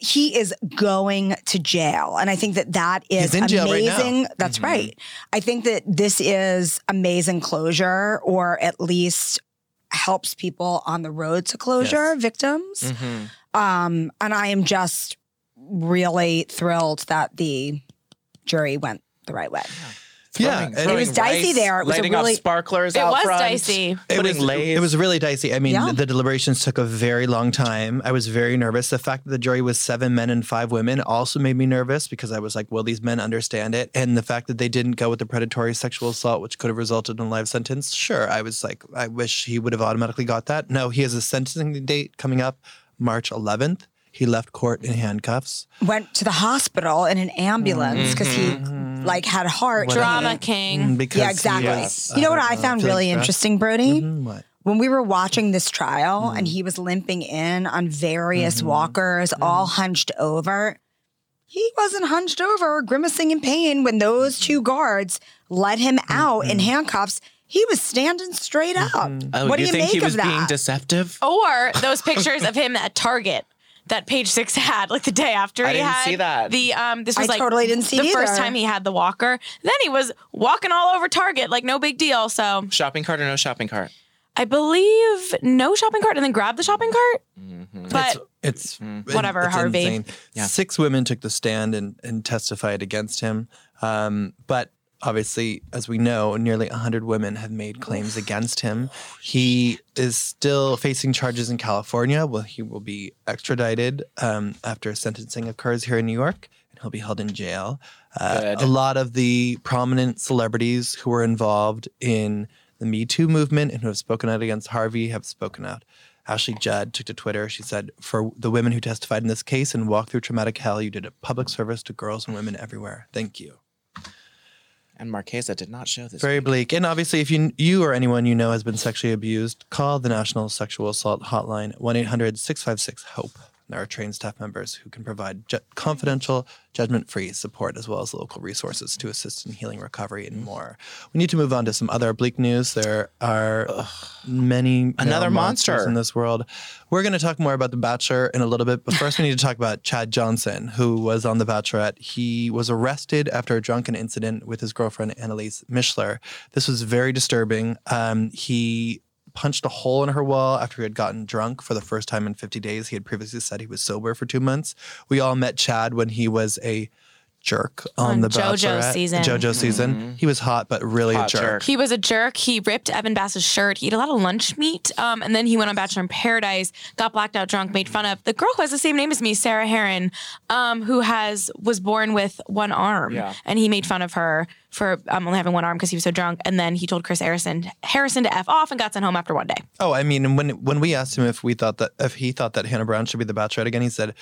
S4: he is going to jail, and I think that that is
S1: He's in jail right now. Mm-hmm.
S4: amazing. That's right. I think that this is amazing closure, or at least helps people on the road to closure, victims.
S1: Mm.
S4: Um, and I am just really thrilled that the jury went the right way.
S1: Yeah,
S3: Throwing-
S1: and-
S3: throwing
S1: It
S4: was dicey
S3: rice,
S4: there. It was a
S3: lighting
S4: really-
S3: off sparklers
S2: it
S3: out
S2: was
S3: front.
S2: dicey.
S1: It was,
S3: Putting Lay's.
S1: it was really dicey. I mean,
S4: Yeah.
S1: the deliberations took a very long time. I was very nervous. The fact that the jury was seven men and five women also made me nervous because I was like, will these men understand it? And the fact that they didn't go with the predatory sexual assault, which could have resulted in a life sentence, sure. I was like, I wish he would have automatically got that. No, he has a sentencing date coming up March 11th. He left court in handcuffs.
S4: Went to the hospital in an ambulance because
S3: Mm-hmm.
S4: he like had heart
S2: Drama
S4: pain.
S2: King.
S1: uh, mm, Because
S4: Yeah,
S1: he
S4: exactly.
S3: uh,
S1: was, uh,
S4: you know what
S1: don't
S4: I found
S1: feeling
S4: really
S1: stressed.
S4: interesting, Brody?
S3: Mm-hmm.
S1: Mm, What?
S4: When we were watching this trial and he was limping in on various
S3: Mm-hmm.
S4: walkers, all hunched over, he wasn't
S3: Mm-hmm.
S4: hunched over, grimacing in pain when those two guards let him out in handcuffs. He was standing straight up.
S3: Oh,
S4: what
S3: do you,
S4: make
S3: think he
S4: of
S3: was
S4: that?
S3: being
S2: Oh.
S3: deceptive?
S2: Or those pictures of him at Target that Page Six had, like the day after
S3: I
S2: he
S3: didn't
S2: had
S3: see that.
S2: the um. This
S4: I
S2: was like
S4: totally didn't see
S2: the
S4: it
S2: first
S4: either.
S2: time he had the walker. Then he was walking all over Target, like no big deal. So
S3: Shopping cart or no shopping cart?
S2: I believe no shopping cart, and then grabbed the shopping cart.
S3: Mm-hmm.
S2: But
S1: It's
S2: Whatever, Harvey.
S3: Yeah.
S1: Six women took the stand and, and testified against him. Um, but obviously, as we know, nearly 100 women have made claims against him. He is still facing charges in California. Well, he will be extradited um, after sentencing occurs here in New York, and he'll be held in jail. Uh,
S3: Good.
S1: a lot of the prominent celebrities who were involved in the Me Too movement and who have spoken out against Harvey have spoken out. Ashley Judd took to Twitter. She said, For the women who testified in this case and walked through traumatic hell, you did a public service to girls and women everywhere. Thank you.
S3: And Marquesa did not show this.
S1: Very bleak. And obviously, if you you or anyone you know has been sexually abused, call the National Sexual Assault Hotline 1 800 656 HOPE. E. There are trained staff members who can provide ju- confidential, judgment free support as well as local resources to assist in healing, recovery, and more. We need to move on to some other bleak news. There are many male
S3: Another
S1: monsters
S3: monster.
S1: in this world. We're going to talk more about The Bachelor in a little bit, but first we need to talk about Chad Johnson, who was on The Bachelorette. He was arrested after a drunken incident with his girlfriend, Annalise Mishler. This was very disturbing. Um, he punched a hole in her wall after he had gotten drunk for the first time in 50 days. He had previously said he was sober for two months. We all met Chad when he was a jerk on,
S2: On
S1: The
S2: JoJo's
S1: Bachelorette.
S2: season.
S1: JoJo season. He was hot, but really
S3: Mm-hmm. Hot
S1: a jerk.
S3: jerk.
S2: He was a jerk. He ripped Evan Bass's shirt. He ate a lot of lunch meat. Um, and then he went on Bachelor in Paradise, got blacked out drunk, made fun of the girl who has the same name as me, Sarah Heron, um, who has was born with one arm.
S3: Yeah.
S2: And he made fun of her for um, only having one arm because he was so drunk. And then he told Chris Harrison Harrison to F off and got sent home after one day.
S1: Oh, I mean, and when when we asked him if we thought that if he thought that Hannah Brown should be the Bachelorette again, he said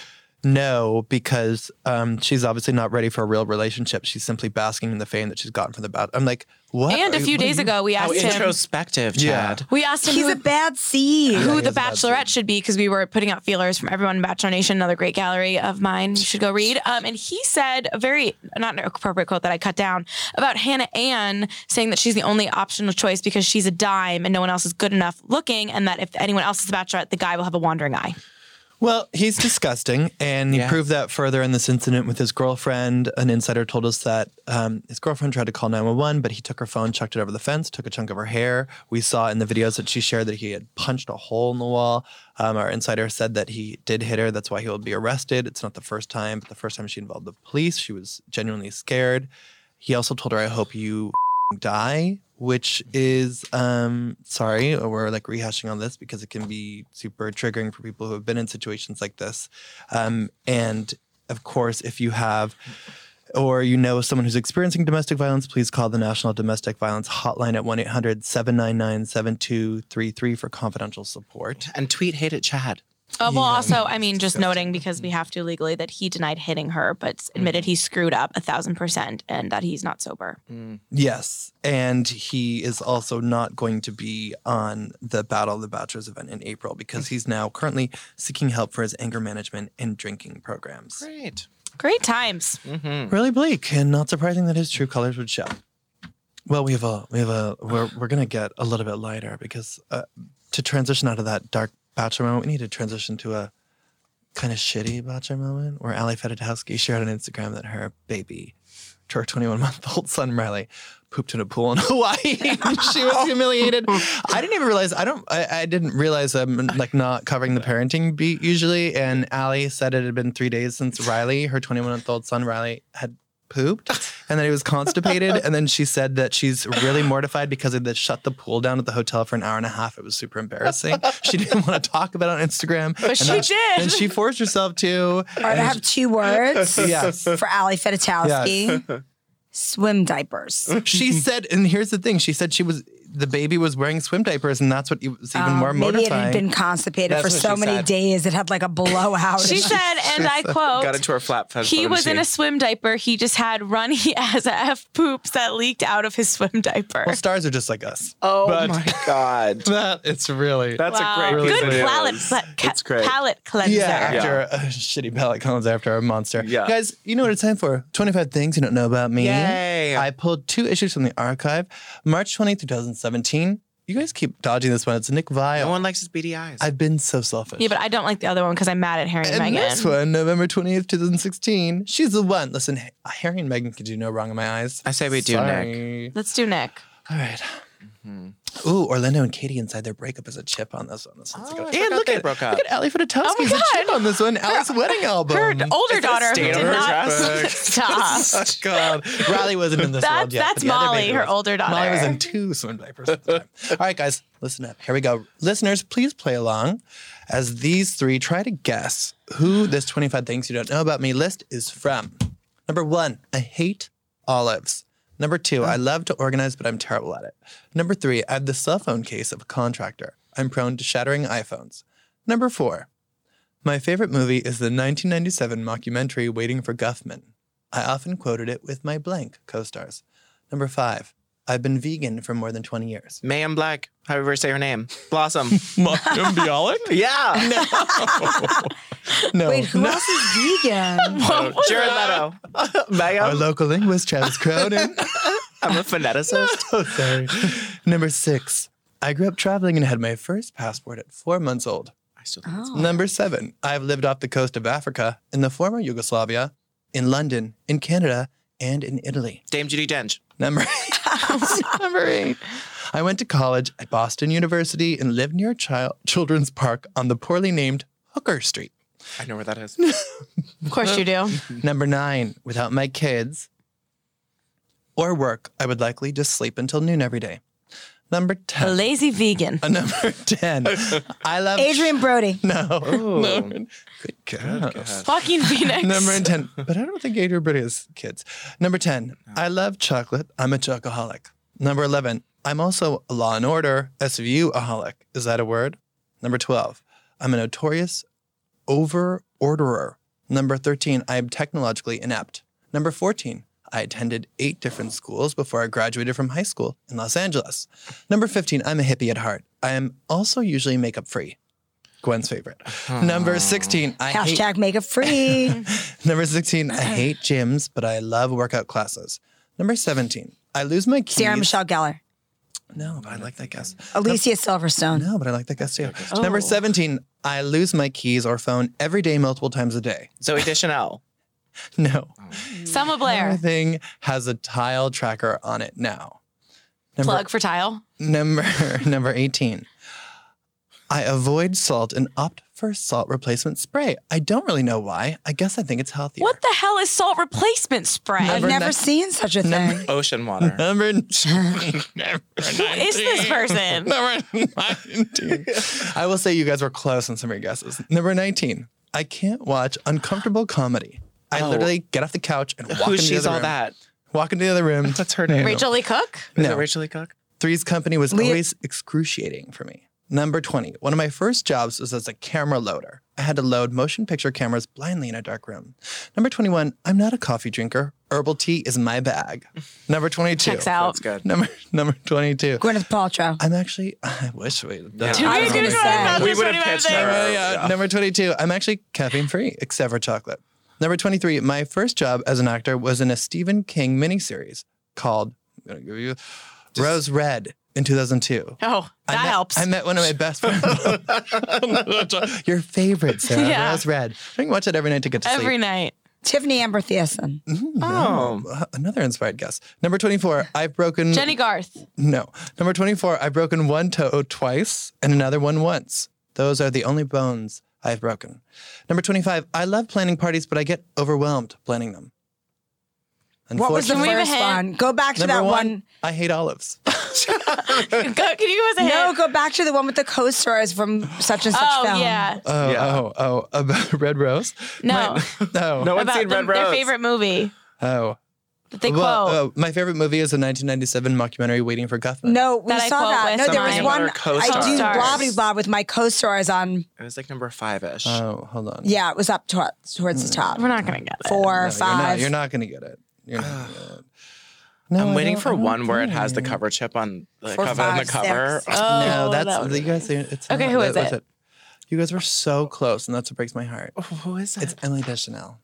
S1: no because um, she's obviously not ready for a real relationship. She's simply basking in the fame that she's gotten from the Bachelor. I'm like,
S3: Uh,
S1: what?
S2: And
S1: Are
S2: a
S1: you-
S2: few
S1: what are
S2: days
S1: you-
S2: ago we
S3: How
S2: asked him
S3: introspective,
S1: Yeah.
S3: Chad.
S2: we asked him
S4: He's
S2: who-
S4: a bad seed.
S2: who
S1: he
S2: the
S1: is bad
S2: Bachelorette should be because we were putting out feelers from everyone in Bachelor Nation, another great gallery of mine. You should go read. Um, and he said a very not an appropriate quote that I cut down about Hannah Ann saying that she's the only optional choice because she's a dime and no one else is good enough looking, and that if anyone else is the Bachelorette, the guy will have a wandering eye.
S1: Well, he's disgusting, and he
S3: Yeah.
S1: proved that further in this incident with his girlfriend. An insider told us that um, his girlfriend tried to call 911, but he took her phone, chucked it over the fence, took a chunk of her hair. We saw in the videos that she shared that he had punched a hole in the wall. Um, our insider said that he did hit her. That's why he will be arrested. It's not the first time, but the first time she involved the police, she was genuinely scared. He also told her, "I hope you die which is um sorry we're like rehashing on this because it can be super triggering for people who have been in situations like this um and of course if you have or you know someone who's experiencing domestic violence please call the national domestic violence hotline at 1-800-799-7233 for confidential support
S3: And tweet hate at Chad.
S2: Uh, well,
S1: Yeah.
S2: also, I mean, just noting because we have to legally that he denied hitting her, but admitted he screwed up a thousand percent and that he's not sober.
S1: Mm. yes and he is also not going to be on the battle of the bachelors event in april because he's now currently seeking help for his anger management and drinking programs
S3: Great.
S2: Great times.
S3: Mm-hmm.
S1: really bleak and not surprising that his true colors would show. Well, we have a we have a we're we're gonna get a little bit lighter because uh, to transition out of that dark bachelor moment, we need to transition to a kind of shitty bachelor moment where Ali Fedotowsky shared on Instagram that her baby, her 21 month old son Riley, pooped in a pool in Hawaii. she was humiliated. I didn't even realize. I don't. I, I didn't realize I'm like not covering the parenting beat usually. And Ali said it had been three days since Riley, her 21 month old son Riley, had pooped and then he was constipated and then she said that she's really mortified because they shut the pool down at the hotel for an hour and a half it was super embarrassing she didn't want to talk about it on instagram but
S2: she did.
S1: and she forced herself to
S4: All right, I have two words
S1: Yes.
S4: for Ali Fedotowsky. Swim diapers.
S1: she said and here's the thing she said she was the baby was wearing swim diapers and that's what e, was even more
S4: Um, Maybe it
S1: mortifying
S4: had been constipated
S3: That's
S4: for
S3: what
S4: so
S3: she
S4: many
S3: said.
S4: days. It had like a blowout.
S2: She said, and I quote,
S3: Got into her flap.
S2: He was in a swim diaper. He just had runny as F poops that leaked out of his swim diaper.
S1: well stars are just like us
S3: Oh my god.
S1: that it's really
S3: That's
S2: Wow.
S3: a great piece of
S2: Good
S3: news.
S2: palate, pla- ca-
S3: It's great.
S2: palate cleanser.
S1: yeah, after
S3: Yeah.
S1: a shitty palate cleanse after a monster.
S3: Yeah.
S1: Guys, you know what it's time for? 25 things you don't know about me.
S3: Yay.
S1: I pulled two issues from the archive, March 20, 2007 17. You guys keep dodging this one. It's Nick
S3: No
S1: Vile.
S3: one likes his beady eyes.
S1: I've been so selfish.
S2: Yeah, but I don't like the other one because I'm mad at Harry and,
S1: and
S2: Meghan.
S1: this one, November 28th, 2016. She's the one. Listen, Ha- Harry and Meghan could do no wrong in my eyes.
S3: I say we do, Nick.
S1: Nick.
S2: Let's do Nick.
S1: All right. Ooh, Orlando and Katie inside their breakup is a chip on this one. This one's like a-
S3: Mm-hmm. Oh, I
S1: and
S3: forgot
S1: look
S3: they
S1: at
S3: broke up. Oh
S1: look at Ellie Fratowski.
S2: my
S1: is a chip
S2: God.
S1: on this one. Ellie's wedding album.
S2: Her older daughter
S3: stain
S2: did
S3: on her
S2: not
S1: dress?
S2: stop.
S1: Oh, God. Riley wasn't in this
S2: That's
S1: world yet.
S2: that's
S1: but the other
S2: Molly,
S1: baby
S2: her
S1: was.
S2: older daughter.
S1: Molly was in two swim diapers at the time. All right, guys, listen up. Here we go. Listeners, please play along as these three try to guess who this 25 things you don't know about me list is from. Number one, I hate olives. Number two, I love to organize, but I'm terrible at it. Number three, I have the cell phone case of a contractor. I'm prone to shattering iPhones. Number four, my favorite movie is the 1997 mockumentary Waiting for Guffman. I often quoted it with my blank co stars. Number five, I've been vegan for more than 20 years.
S3: Mayhem Black, however you say her name. Blossom.
S1: Bialik?
S3: yeah.
S1: No.
S4: Wait, who
S1: no.
S4: else is vegan?
S2: What was
S3: Jared
S2: that?
S3: Leto.
S1: Our
S3: Mayhem.
S1: local linguist, Travis Cronin.
S3: I'm a phoneticist.
S1: so sorry. Number six, I grew up traveling and had my first passport at four months old.
S3: I still think
S4: Oh.
S3: it's-
S1: Number seven, I've lived off the coast of Africa, in the former Yugoslavia, in London, in Canada, and in Italy.
S3: Dame Judy Dench.
S1: Number number eight. I went to college at Boston University and lived near a child children's park on the poorly named Hooker Street.
S3: I know where that is.
S2: Of course you do.
S1: Number nine. Without my kids or work, I would likely just sleep until noon every day. Number
S2: A
S1: ten.
S2: lazy vegan.
S1: Uh, number ten. I love
S4: Adrian Brody.
S1: No.
S3: Ooh.
S1: Good God.
S2: Fucking Phoenix.
S1: Number 10. But I don't think Adrian Brody has kids. Number 10. I love chocolate. I'm a chocoholic. Number 11. I'm also a law and order SVU-aholic. Is that a word? Number 12. I'm a notorious over orderer. Number 13. I am technologically inept. Number 14. I attended eight different schools before I graduated from high school in Los Angeles. Number 15. I'm a hippie at heart. I am also usually makeup free. Gwen's favorite. Number 16. I hate
S4: Hashtag make it free.
S1: Number 16, I hate gyms, but I love workout classes. Number 17, I lose my keys.
S4: Sarah Michelle Gellar.
S1: No, but I like that guess.
S4: Alicia Silverstone.
S1: No, but I like that guess too.
S4: Oh.
S1: Number 17, I lose my keys or phone every day, multiple times a day.
S3: Zoe Deschanel.
S1: No.
S2: Selma Blair.
S1: Everything has a tile tracker on it now. Number,
S2: Plug for tile.
S1: Number, number 18, I avoid salt and opt for salt replacement spray. I don't really know why. I guess I think it's healthier.
S2: What the hell is salt replacement spray?
S4: I've
S1: Number
S4: never
S1: nine-
S4: seen such a
S1: number-
S4: thing.
S3: Ocean water.
S1: Number, number
S2: Who is this person?
S1: Number 19. I will say you guys were close on some of your guesses. Number 19. I can't watch uncomfortable comedy. I
S3: Oh.
S1: literally get off the couch and walk
S3: Who
S1: into the
S3: she's
S1: other
S3: all
S1: room.
S3: that?
S1: Walk into the other room.
S3: What's her name?
S2: Rachel Lee Cook?
S3: Is
S1: No.
S3: it Rachel Lee Cook?
S1: Three's Company was
S4: Leah-
S1: always excruciating for me. Number 20. One of my first jobs was as a camera loader. I had to load motion picture cameras blindly in a dark room. Number 21. I'm not a coffee drinker. Herbal tea is my bag. Number 22.
S2: Checks out.
S3: That's good.
S1: Number number 22.
S4: Gwyneth Paltrow.
S1: I'm actually, I wish we had done
S3: Yeah.
S1: it.
S3: Dude,
S4: I was gonna say.
S3: We would have pitched her.
S1: Uh, yeah, Number 22, I'm actually caffeine free, except for chocolate. Number 23, my first job as an actor was in a Stephen King miniseries called I'm gonna give you, Rose Red in 2002.
S2: Oh,
S1: I
S2: that
S1: met-
S2: helps.
S1: I met one of my best friends. Your favorite, Sarah.
S2: Yeah.
S1: Rose Red. I can watch it every night to get to
S2: Every
S1: sleep.
S2: night.
S4: Tiffany Amber Thiessen.
S3: Oh.
S1: Uh, Another inspired guess. Number 24, I've broken.
S2: Jenny Garth.
S1: No. Number 24, I've broken one toe twice and another one once. Those are the only bones I've broken. Number 25, I love planning parties, but I get overwhelmed planning them.
S4: What was the
S1: Unfortunately-
S2: we have a
S4: first
S2: hint?
S4: one? Go back to
S1: number
S4: that
S1: one,
S4: one.
S1: I hate olives.
S2: Go, can you give us a hint?
S4: No, go back to the one with the co-stars from such and such
S2: oh,
S4: film.
S2: yeah.
S1: Oh,
S3: Yeah.
S1: oh, oh, about Red Rose?
S2: No.
S1: No.
S3: No one's
S2: About
S3: seen Red
S2: them- their
S3: Rose.
S2: favorite movie
S1: Oh.
S2: that they
S1: Well,
S2: quote.
S1: oh, my favorite movie is a 1997 mockumentary, Waiting for Guffman.
S4: No, we
S2: That I
S4: saw
S2: quote
S4: that.
S2: with
S4: No, there was
S2: my-
S4: one.
S3: Co-stars.
S4: I do blah blah
S2: Co-stars.
S4: blah with my co-stars on.
S3: It was like number five ish.
S1: Oh, hold on.
S4: Yeah, it was up to, towards the top.
S2: We're not going to get it.
S4: Four,
S1: No, Mm. You're not,
S4: five.
S1: you're not going to get it. You're not gonna get it. No,
S3: I'm
S1: Oh, I
S3: waiting
S1: don't-
S3: for
S1: I don't
S3: one where it
S1: think.
S3: has the cover chip on the
S4: Four,
S3: cover on the
S4: five,
S3: cover.
S4: six.
S2: Oh,
S1: No,
S2: that
S1: that's
S2: would
S1: the, you
S2: be-
S1: guys. It's
S2: Okay,
S1: not-
S2: who is
S1: that was
S2: it? Oh,
S1: You guys were so close, and that's what breaks my heart.
S3: Oh, Who is
S1: It's
S3: it?
S1: Emily Deschanel.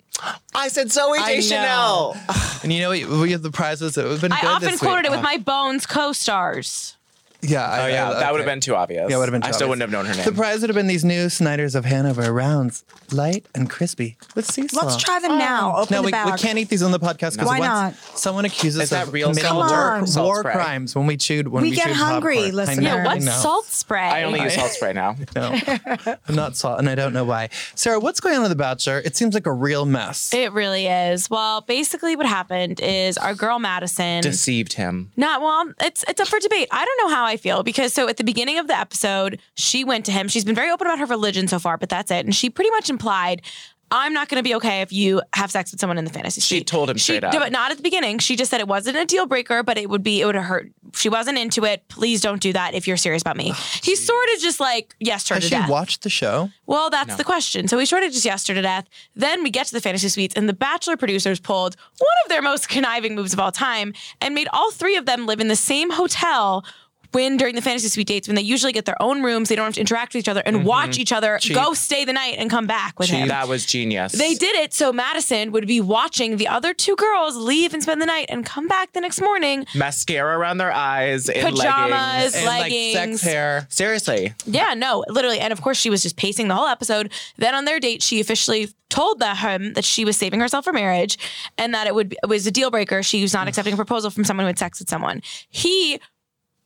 S3: I said Zoe
S1: I
S3: Deschanel.
S1: And you know what? We have the prizes. It would have been
S2: I
S1: good
S2: often
S1: this
S2: quoted
S1: week.
S2: it with my Bones co stars.
S1: Yeah.
S3: Oh yeah, that would have been too obvious.
S1: Uh, Yeah, it would've been
S3: I
S1: too
S3: still
S1: obvious.
S3: wouldn't have known her name.
S1: The prize would have been these new Snyder's of Hanover rounds, light and crispy with sea salt.
S4: Let's try them now. Open
S1: No,
S4: the
S1: we,
S4: bag.
S1: we can't eat these on the podcast because
S4: Why
S1: once
S4: not?
S1: someone accuses
S3: Is that
S1: of
S3: real
S1: committing
S3: salt
S1: war,
S3: or salt
S1: war
S3: spray?
S1: crimes when we chewed when we,
S4: We get
S1: chewed
S4: hungry,
S1: popcorn. I
S4: listener.
S1: know,
S2: Yeah,
S1: I
S2: what's
S1: know.
S2: salt spray?
S3: I only use salt spray now.
S1: No, I'm not salt, and I don't know why. Sarah, what's going on with The Bachelor? It seems like a real mess.
S2: It really is. Well, basically, what happened is our girl Madison.
S3: Deceived him.
S2: Not well. um, It's it's up for debate. I don't know how I feel because so at the beginning of the episode, she went to him. She's been very open about her religion so far, but that's it. And she pretty much implied, "I'm not going to be okay if you have sex with someone in the fantasy."
S3: She
S2: suite."
S3: told him
S2: she,
S3: straight up.
S2: no, but not at the beginning. She just said it wasn't a deal breaker, but it would be it would hurt. She wasn't into it. Please don't do that if you're serious about me. He sort of just like yes her
S1: Has
S2: to
S1: she
S2: death.
S1: watched the show?
S2: Well, that's the question. So we shorted just yesterday to death. Then we get to the fantasy suites, and the Bachelor producers pulled one of their most conniving moves of all time and made all three of them live in the same hotel. When during the fantasy suite dates, when they usually get their own rooms, they don't have to interact with each other and
S1: Mm-hmm.
S2: watch each other go stay the night and come back with him.
S3: That was genius.
S2: They did it so Madison would be watching the other two girls leave and spend the night and come back the next morning.
S3: mascara around their eyes, in
S2: Pajamas.
S3: leggings.
S1: And like
S2: Leggings.
S1: sex hair.
S3: Seriously,
S2: Yeah, no, literally. And of course, she was just pacing the whole episode. Then on their date, she officially told the, him that she was saving herself for marriage and that it would it was a deal breaker. She
S3: Mm.
S2: was not accepting a proposal from someone who had sex with someone. He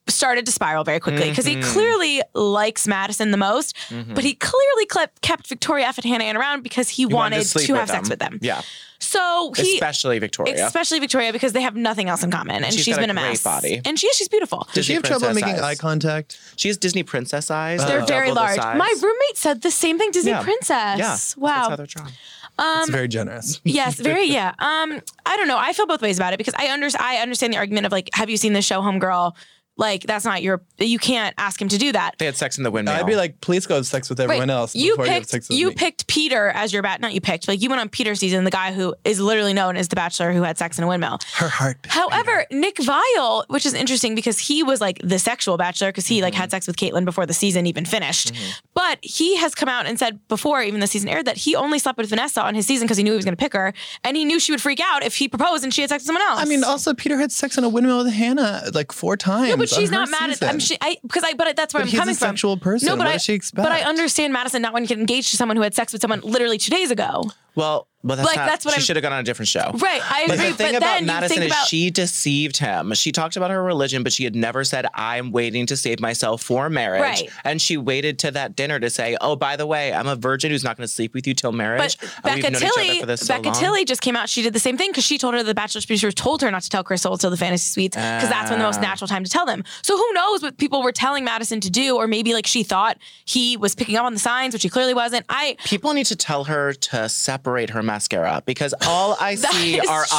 S2: started to spiral very quickly because
S3: Mm-hmm.
S2: he clearly likes Madison the most, but he clearly clep- kept Victoria F. and Hannah Ann around because he,
S3: You
S2: wanted, to,
S3: sleep
S2: have sex with them.
S3: Yeah,
S2: So he.
S3: especially Victoria.
S2: Especially Victoria because they have nothing else in common, and
S3: She's
S2: she's
S3: got a
S2: been a,
S3: great
S2: mess.
S3: body.
S2: And she is she's beautiful.
S1: Does she have trouble
S3: princess
S1: making eye
S3: eyes.
S1: contact?
S3: she has Disney princess eyes.
S2: Uh, They're very
S3: double the
S2: large.
S3: size.
S2: My roommate said the same thing. Disney
S3: Uh, Yeah.
S2: princess.
S3: Yeah. That's
S2: Wow.
S3: how they're drawn.
S1: it's very generous.
S2: yes, very Um, yeah. Um, I don't know. I feel both ways about it because I under I understand the argument of like, have you seen the show Homegirl? Like that's not your. You can't ask him to do that.
S3: They had sex in the windmill.
S1: I'd be like, please go have sex with everyone else
S2: you
S1: before you have
S2: picked
S1: sex with
S2: you
S1: me.
S2: picked Peter as your bat. Not you picked. Like you went on Peter's season, the guy who is literally known as the bachelor who had sex in a windmill.
S1: her heart.
S2: However, Nick Vile, which is interesting because he was like the sexual bachelor because he like
S1: Mm-hmm.
S2: had sex with Caitlyn before the season even finished. But he has come out and said before even the season aired that he only slept with Vanessa on his season because he knew he was going to pick her and he knew she would freak out if he proposed and she had sex with someone else.
S1: I mean, also Peter had sex in a windmill with Hannah like four times.
S2: No, but
S1: on
S2: she's
S1: her
S2: not mad at.
S1: season.
S2: I'm she, I because I. But that's where
S1: But
S2: I'm
S1: he's
S2: coming
S1: a
S2: from.
S1: sexual person.
S2: No, but
S1: What
S2: I,
S1: does she
S2: But I
S1: expect?
S2: understand Madison not wanting to get engaged to someone who had sex with someone literally two days ago.
S3: well, but that's
S2: Like,
S3: not.
S2: that's what
S3: she
S2: I'm-
S3: should have gone on a different show.
S2: Right, I
S3: But
S2: agree.
S3: the thing
S2: but
S3: about
S2: then
S3: Madison
S2: you think
S3: is
S2: about
S3: she deceived him. She talked about her religion, but she had never said, "I'm waiting to save myself for marriage."
S2: Right.
S3: And she waited to that dinner to say, "Oh, by the way, I'm a virgin who's not going to sleep with you till marriage."
S2: But Becca Tilly, Becca Tilly just came out. She did the same thing because she told her the Bachelor's producers told her not to tell Crystal until the fantasy suites because that's when the
S3: Ah.
S2: most natural time to tell them. So who knows what people were telling Madison to do, or maybe like she thought he was picking up on the signs, which he clearly wasn't. I
S3: People need to tell her to separate her mascara because all I
S2: That
S3: see
S2: is
S3: are
S2: true.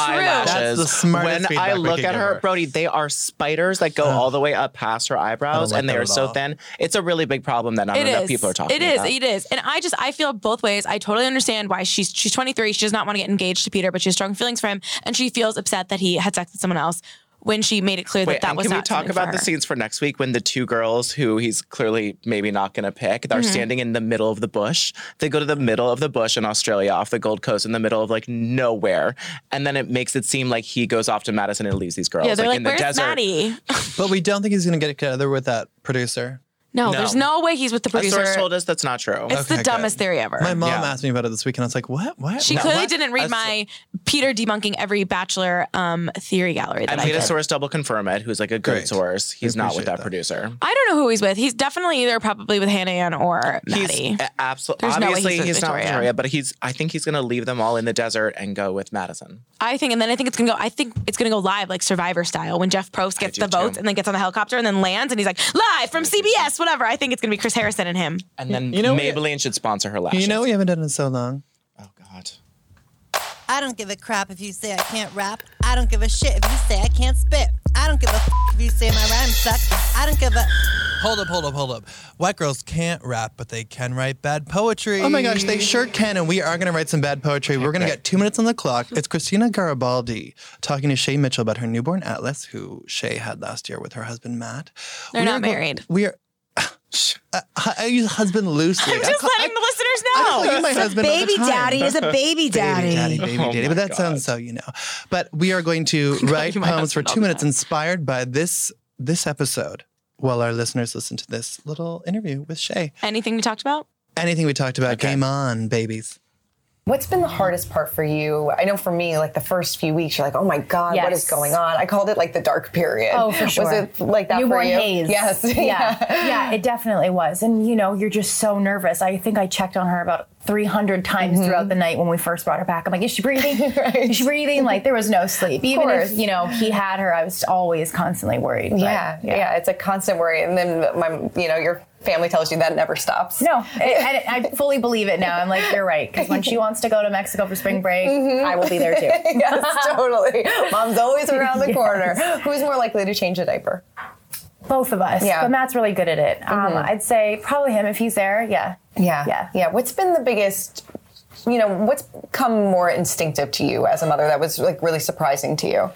S1: That's
S3: eyelashes.
S1: the smartest
S3: when
S1: feedback
S3: I
S1: we
S3: look
S1: could
S3: at
S1: give
S3: her,
S1: her.
S3: Brody, they are spiders that go all the way up past her eyebrows,
S1: like
S3: and they
S1: that
S3: are
S1: at
S3: so
S1: all.
S3: thin. It's a really big problem that not
S2: It
S3: enough
S2: is.
S3: people are talking
S2: It is.
S3: about.
S2: It is. And I just I feel both ways. I totally understand why she's she's 23. She does not want to get engaged to Peter, but she has strong feelings for him, and she feels upset that he had sex with someone else when she made it clear that
S3: Wait,
S2: that
S3: and
S2: was
S3: can we
S2: not
S3: talk
S2: something
S3: about
S2: for
S3: the
S2: her.
S3: scenes for next week when the two girls who he's clearly maybe not going to pick are
S2: Mm-hmm.
S3: standing in the middle of the bush? They go to the middle of the bush in Australia, off the Gold Coast, in the middle of like nowhere, and then it makes it seem like he goes off to Madison and leaves these girls.
S2: Yeah, they're like,
S3: in the
S2: "Where's
S3: desert.
S2: Maddie?"
S1: But we don't think he's going to get together with that producer.
S2: No,
S3: No.
S2: there's no way he's with the
S3: A
S2: producer.
S3: source told us that's not true.
S2: It's
S1: Okay,
S2: the
S1: good.
S2: dumbest theory ever.
S1: My mom
S3: Yeah.
S1: asked me about it this week, and I was like, "What? What?"
S2: she
S1: What?
S2: clearly
S1: What?"
S2: didn't read
S1: That's-
S2: my Peter debunking every Bachelor um, theory gallery that
S3: and
S2: I
S3: we had a
S2: did.
S3: source double confirm it, who's like a good
S1: Great.
S3: source. He's not
S1: appreciate
S3: with that,
S1: that.
S3: producer.
S2: I don't know who he's with. He's definitely either probably with Hannah Ann or Maddie.
S3: He's absolutely
S2: There's no way
S3: obviously
S2: he's with
S3: he's not with
S2: Victoria.
S3: Victoria, but he's. I think he's going to leave them all in the desert and go with Madison.
S2: I think, and then I think it's gonna go. I think it's gonna go live like Survivor style when Jeff Probst gets
S3: do
S2: the votes
S3: too.
S2: and then gets on the helicopter and then lands and he's like live from CBS, whatever. I think it's gonna be Chris Harrison and him.
S3: And then
S1: know we-
S3: Maybelline should sponsor her lashes.
S1: You know we haven't done it in so long.
S3: oh God.
S5: I don't give a crap if you say I can't rap. I don't give a shit if you say I can't spit. I don't give a f- if you say my rhymes suck. I don't give a.
S1: Hold up, hold up, hold up. White girls can't rap, but they can write bad poetry. Oh my gosh, they sure can. And we are going to write some bad poetry. We're going to get two minutes on the clock. It's Christina Garibaldi talking to Shay Mitchell about her newborn Atlas, who Shay had last year with her husband, Matt.
S2: They're
S1: We
S2: not
S1: are go-
S2: married.
S1: we are. Uh, I use husband loosely.
S2: I'm just letting the listeners
S1: I
S2: know.
S1: call you my husband all the
S4: baby
S1: time.
S4: daddy is a baby daddy.
S1: Baby daddy, baby
S3: Oh
S1: daddy.
S3: my
S1: But that
S3: God.
S1: sounds so, you know. But we are going to write
S2: you my
S1: poems for
S2: husband all
S1: two
S2: the
S1: minutes
S2: time.
S1: inspired by this this episode. while our listeners listen to this little interview with Shay.
S2: Anything we talked about?
S1: Anything we talked about, game on, babies.
S6: What's been the hardest part for you? I know for me, like the first few weeks, you're like, oh my God, what is
S7: Yes.
S6: going on? I called it like the dark period.
S7: Oh, for sure.
S6: Was it like that
S7: Newborn
S6: for you?
S7: haze.
S6: Yes.
S7: Yeah. yeah. It definitely was. And you know, you're just so nervous. I think I checked on her about 300 times
S6: Mm-hmm.
S7: throughout the night when we first brought her back. I'm like, is she breathing? Is she breathing? Like there was no sleep. Even
S6: course.
S7: if you know he had her, I was always constantly worried. But,
S6: yeah, yeah, It's a constant worry, and then my, you know, your family tells you that never stops.
S7: No, I, I, I fully believe it now. I'm like, you're right. Because when she wants to go to Mexico for spring break,
S6: Mm-hmm.
S7: I will be there too.
S6: yes, totally. Mom's always around the corner. Who's more likely to change a diaper?
S7: Both of us.
S6: Yeah. Mm-hmm.
S7: But Matt's really good at it. Um, I'd say probably him if he's there. Yeah.
S6: Yeah.
S7: Yeah.
S6: Yeah. What's been the biggest, you know, what's come more instinctive to you as a mother that was like really surprising to you?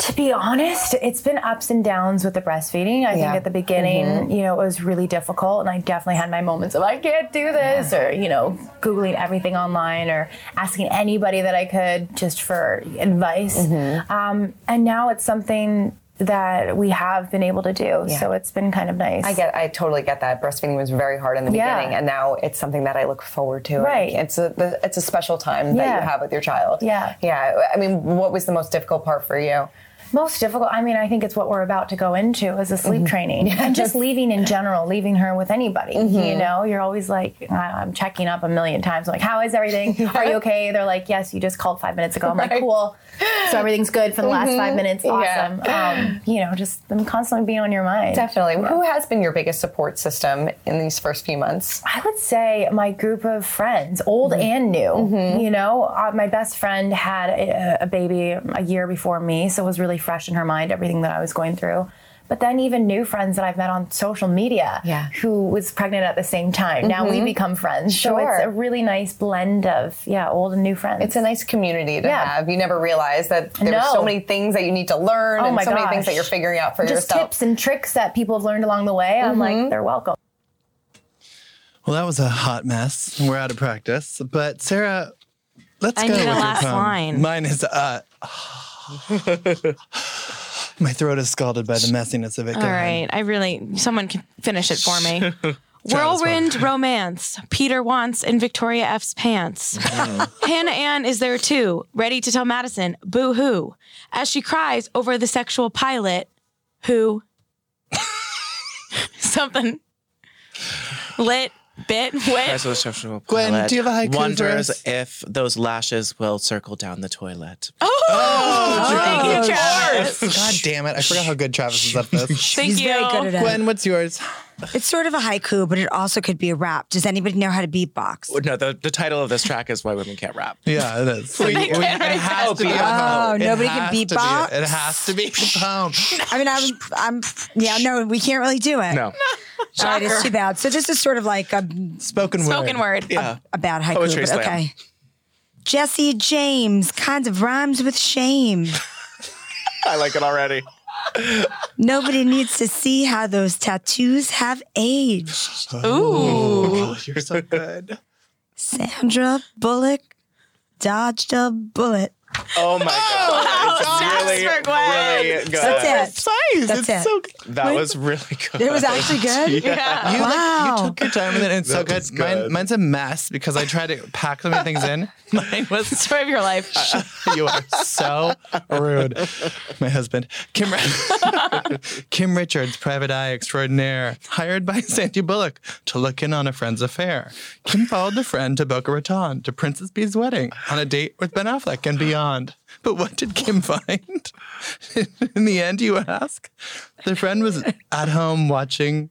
S7: To be honest, it's been ups and downs with the breastfeeding.
S6: Yeah.
S7: I
S6: Mm-hmm.
S7: think at the beginning, you know, it was really difficult, and I definitely had my moments of I can't do this, or you know, googling everything online, or asking anybody that I could just for advice.
S6: Mm-hmm.
S7: Um, and now it's something that we have been able to do, so it's been kind of nice.
S6: I get, I totally get that. Breastfeeding was very hard in the
S7: Yeah.
S6: beginning, and now it's something that I look forward to.
S7: Right.
S6: It's a, the- it's a special time that
S7: Yeah.
S6: you have with your child.
S7: Yeah.
S6: Yeah. I mean, what was the most difficult part for you?
S7: most difficult i mean i think it's what we're about to go into is a sleep
S6: Mm-hmm.
S7: training and just leaving in general leaving her with anybody
S6: Mm-hmm.
S7: you know you're always like I- i'm checking up a million times I'm like how is everything are you okay they're like yes you just called five minutes ago i'm like
S6: Right. Mm-hmm.
S7: cool so everything's good for the last five minutes
S6: Yeah.
S7: awesome um, you know just them constantly being on your mind
S6: Definitely. Who has been your biggest support system in these first few months?
S7: I would say my group of friends, old
S6: Mm-hmm.
S7: and new. You know, uh, my best friend had a, a baby a year before me, so it was really fresh in her mind everything that I was going through. But then even new friends that I've met on social media,
S6: Yeah. Mm-hmm.
S7: who was pregnant at the same time. Now we become friends. So
S6: Sure.
S7: it's a really nice blend of yeah, old and new friends.
S6: It's a nice community to
S7: Yeah.
S6: have. You never realize that there are
S7: No.
S6: so many things that you need to learn
S7: Oh
S6: and
S7: my
S6: so many things that
S7: gosh.
S6: you're figuring out for
S7: just
S6: yourself. Mm-hmm.
S7: tips and tricks that people have learned along the way. I'm like, they're welcome.
S1: Well, that was a hot mess. We're out of practice. But Sarah, let's
S2: I
S1: go
S2: need a
S1: with your
S2: last
S1: poem.
S2: line.
S1: Mine is uh My throat is scalded by the messiness of it. Go
S2: All
S1: ahead.
S2: right. I really, someone can finish it for me.
S1: Travis
S2: Whirlwind romance. Peter wants in Victoria F's pants. Hannah Ann is there too, ready to tell Madison, boo hoo, as she cries over the sexual pilot, who something lit, bit, wit.
S3: Gwen,
S1: Gwen, do you have a haiku
S3: Wonders
S1: verse?
S3: if those lashes will circle down the toilet.
S2: Oh! Thank you, Travis.
S1: God damn it. I forgot how good Travis is at this.
S2: Thank
S4: He's
S2: you.
S4: very good at it.
S1: Gwen, what's yours?
S4: It's sort of a haiku, but it also could be a rap. Does anybody know how to beatbox?
S3: No, the, the title of this track is Why Women Can't Rap.
S1: Yeah, it is. We- we- it has to be a
S4: Oh,
S1: poem. It
S4: nobody can
S1: has to be-
S4: beatbox?
S1: It has to be a poem.
S4: I mean, I'm, I'm, yeah, no, we can't really do it.
S3: No.
S4: All right, it's too bad. So this is sort of like a,
S1: Spoken word.
S2: Spoken word.
S3: Yeah.
S4: a bad
S1: Oh,
S4: haiku,
S3: Poetry
S4: but
S3: slam.
S4: okay. Jesse James kind of rhymes with shame.
S3: I like it already.
S4: Nobody needs to see how those tattoos have aged.
S2: Ooh.
S1: You're so good.
S4: Sandra Bullock dodged a bullet.
S3: Oh my god. It's
S2: snaps for Gwen.
S3: really good.
S4: That's it.
S1: Nice.
S4: That's
S1: it's
S4: it.
S1: so good.
S3: That was really good.
S4: It was actually good.
S2: Yeah.
S1: You,
S4: Wow.
S1: like, you took your time with it, and it's so good.
S3: was
S1: Mine,
S3: good.
S1: mine's a mess because I tried to pack so many things in. Mine was
S2: Story of your life.
S1: you are so rude. My husband, Kim, Kim Richards, private eye extraordinaire, hired by Sandy Bullock to look in on a friend's affair. Kim followed the friend to Boca Raton to Princess B's wedding on a date with Ben Affleck and beyond. But what did Kim find? in the end, you ask? The friend was at home watching.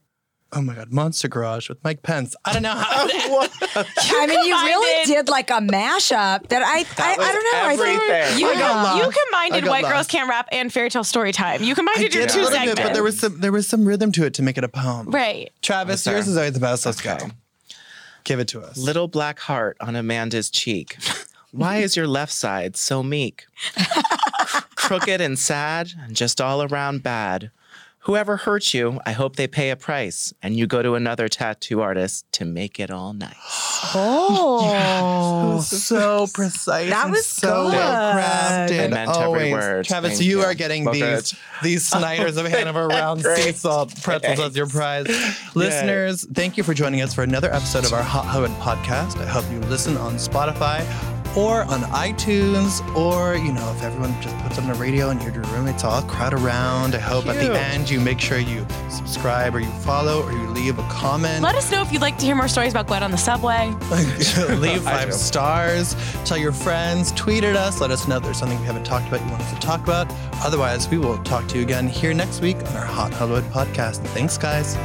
S1: Oh my God, Monster Garage with Mike Pence. I don't know
S2: Oh,
S1: how.
S4: I mean, you really
S2: Combined it.
S4: did like a mashup that I, I, I don't know. I
S3: everything.
S4: think
S2: You,
S1: I got lost.
S2: you
S1: I
S2: combined
S1: got
S2: White Girls
S1: lost.
S2: Can't Rap and Fairy Tale Storytime. You combined
S1: I
S2: your
S1: did a
S2: two
S1: little bit,
S2: segments.
S1: but there was some there was some rhythm to it to make it a poem.
S2: right.
S1: Travis, yours is always the best. Let's go. Give it to us.
S3: Little black heart on Amanda's cheek. Why is your left side so meek? Crooked and sad and just all around bad. Whoever hurt you, I hope they pay a price and you go to another tattoo artist to make it all nice.
S1: Oh, so precise.
S8: That
S1: and
S8: was
S1: so
S8: good.
S1: well crafted.
S3: I meant every
S1: always.
S3: word.
S1: Travis,
S3: Thank
S1: you,
S3: you.
S1: are getting
S3: Well,
S1: these
S3: good.
S1: these Snyder's of Hanover round sea salt pretzels as your prize. Listeners, thank you for joining us for another episode of our Hot Hoeing podcast. I hope you listen on Spotify or on iTunes, or you know, if everyone just puts on the radio and your roommates all crowd around. I hope at the end you make sure you subscribe or you follow or you leave a comment.
S2: Let us know if you'd like to hear more stories about Gwen on the subway.
S1: leave
S3: I
S1: five
S3: do.
S1: stars tell your friends tweet at us let us know if there's something we haven't talked about you want us to talk about otherwise we will talk to you again here next week on our hot hollywood podcast thanks guys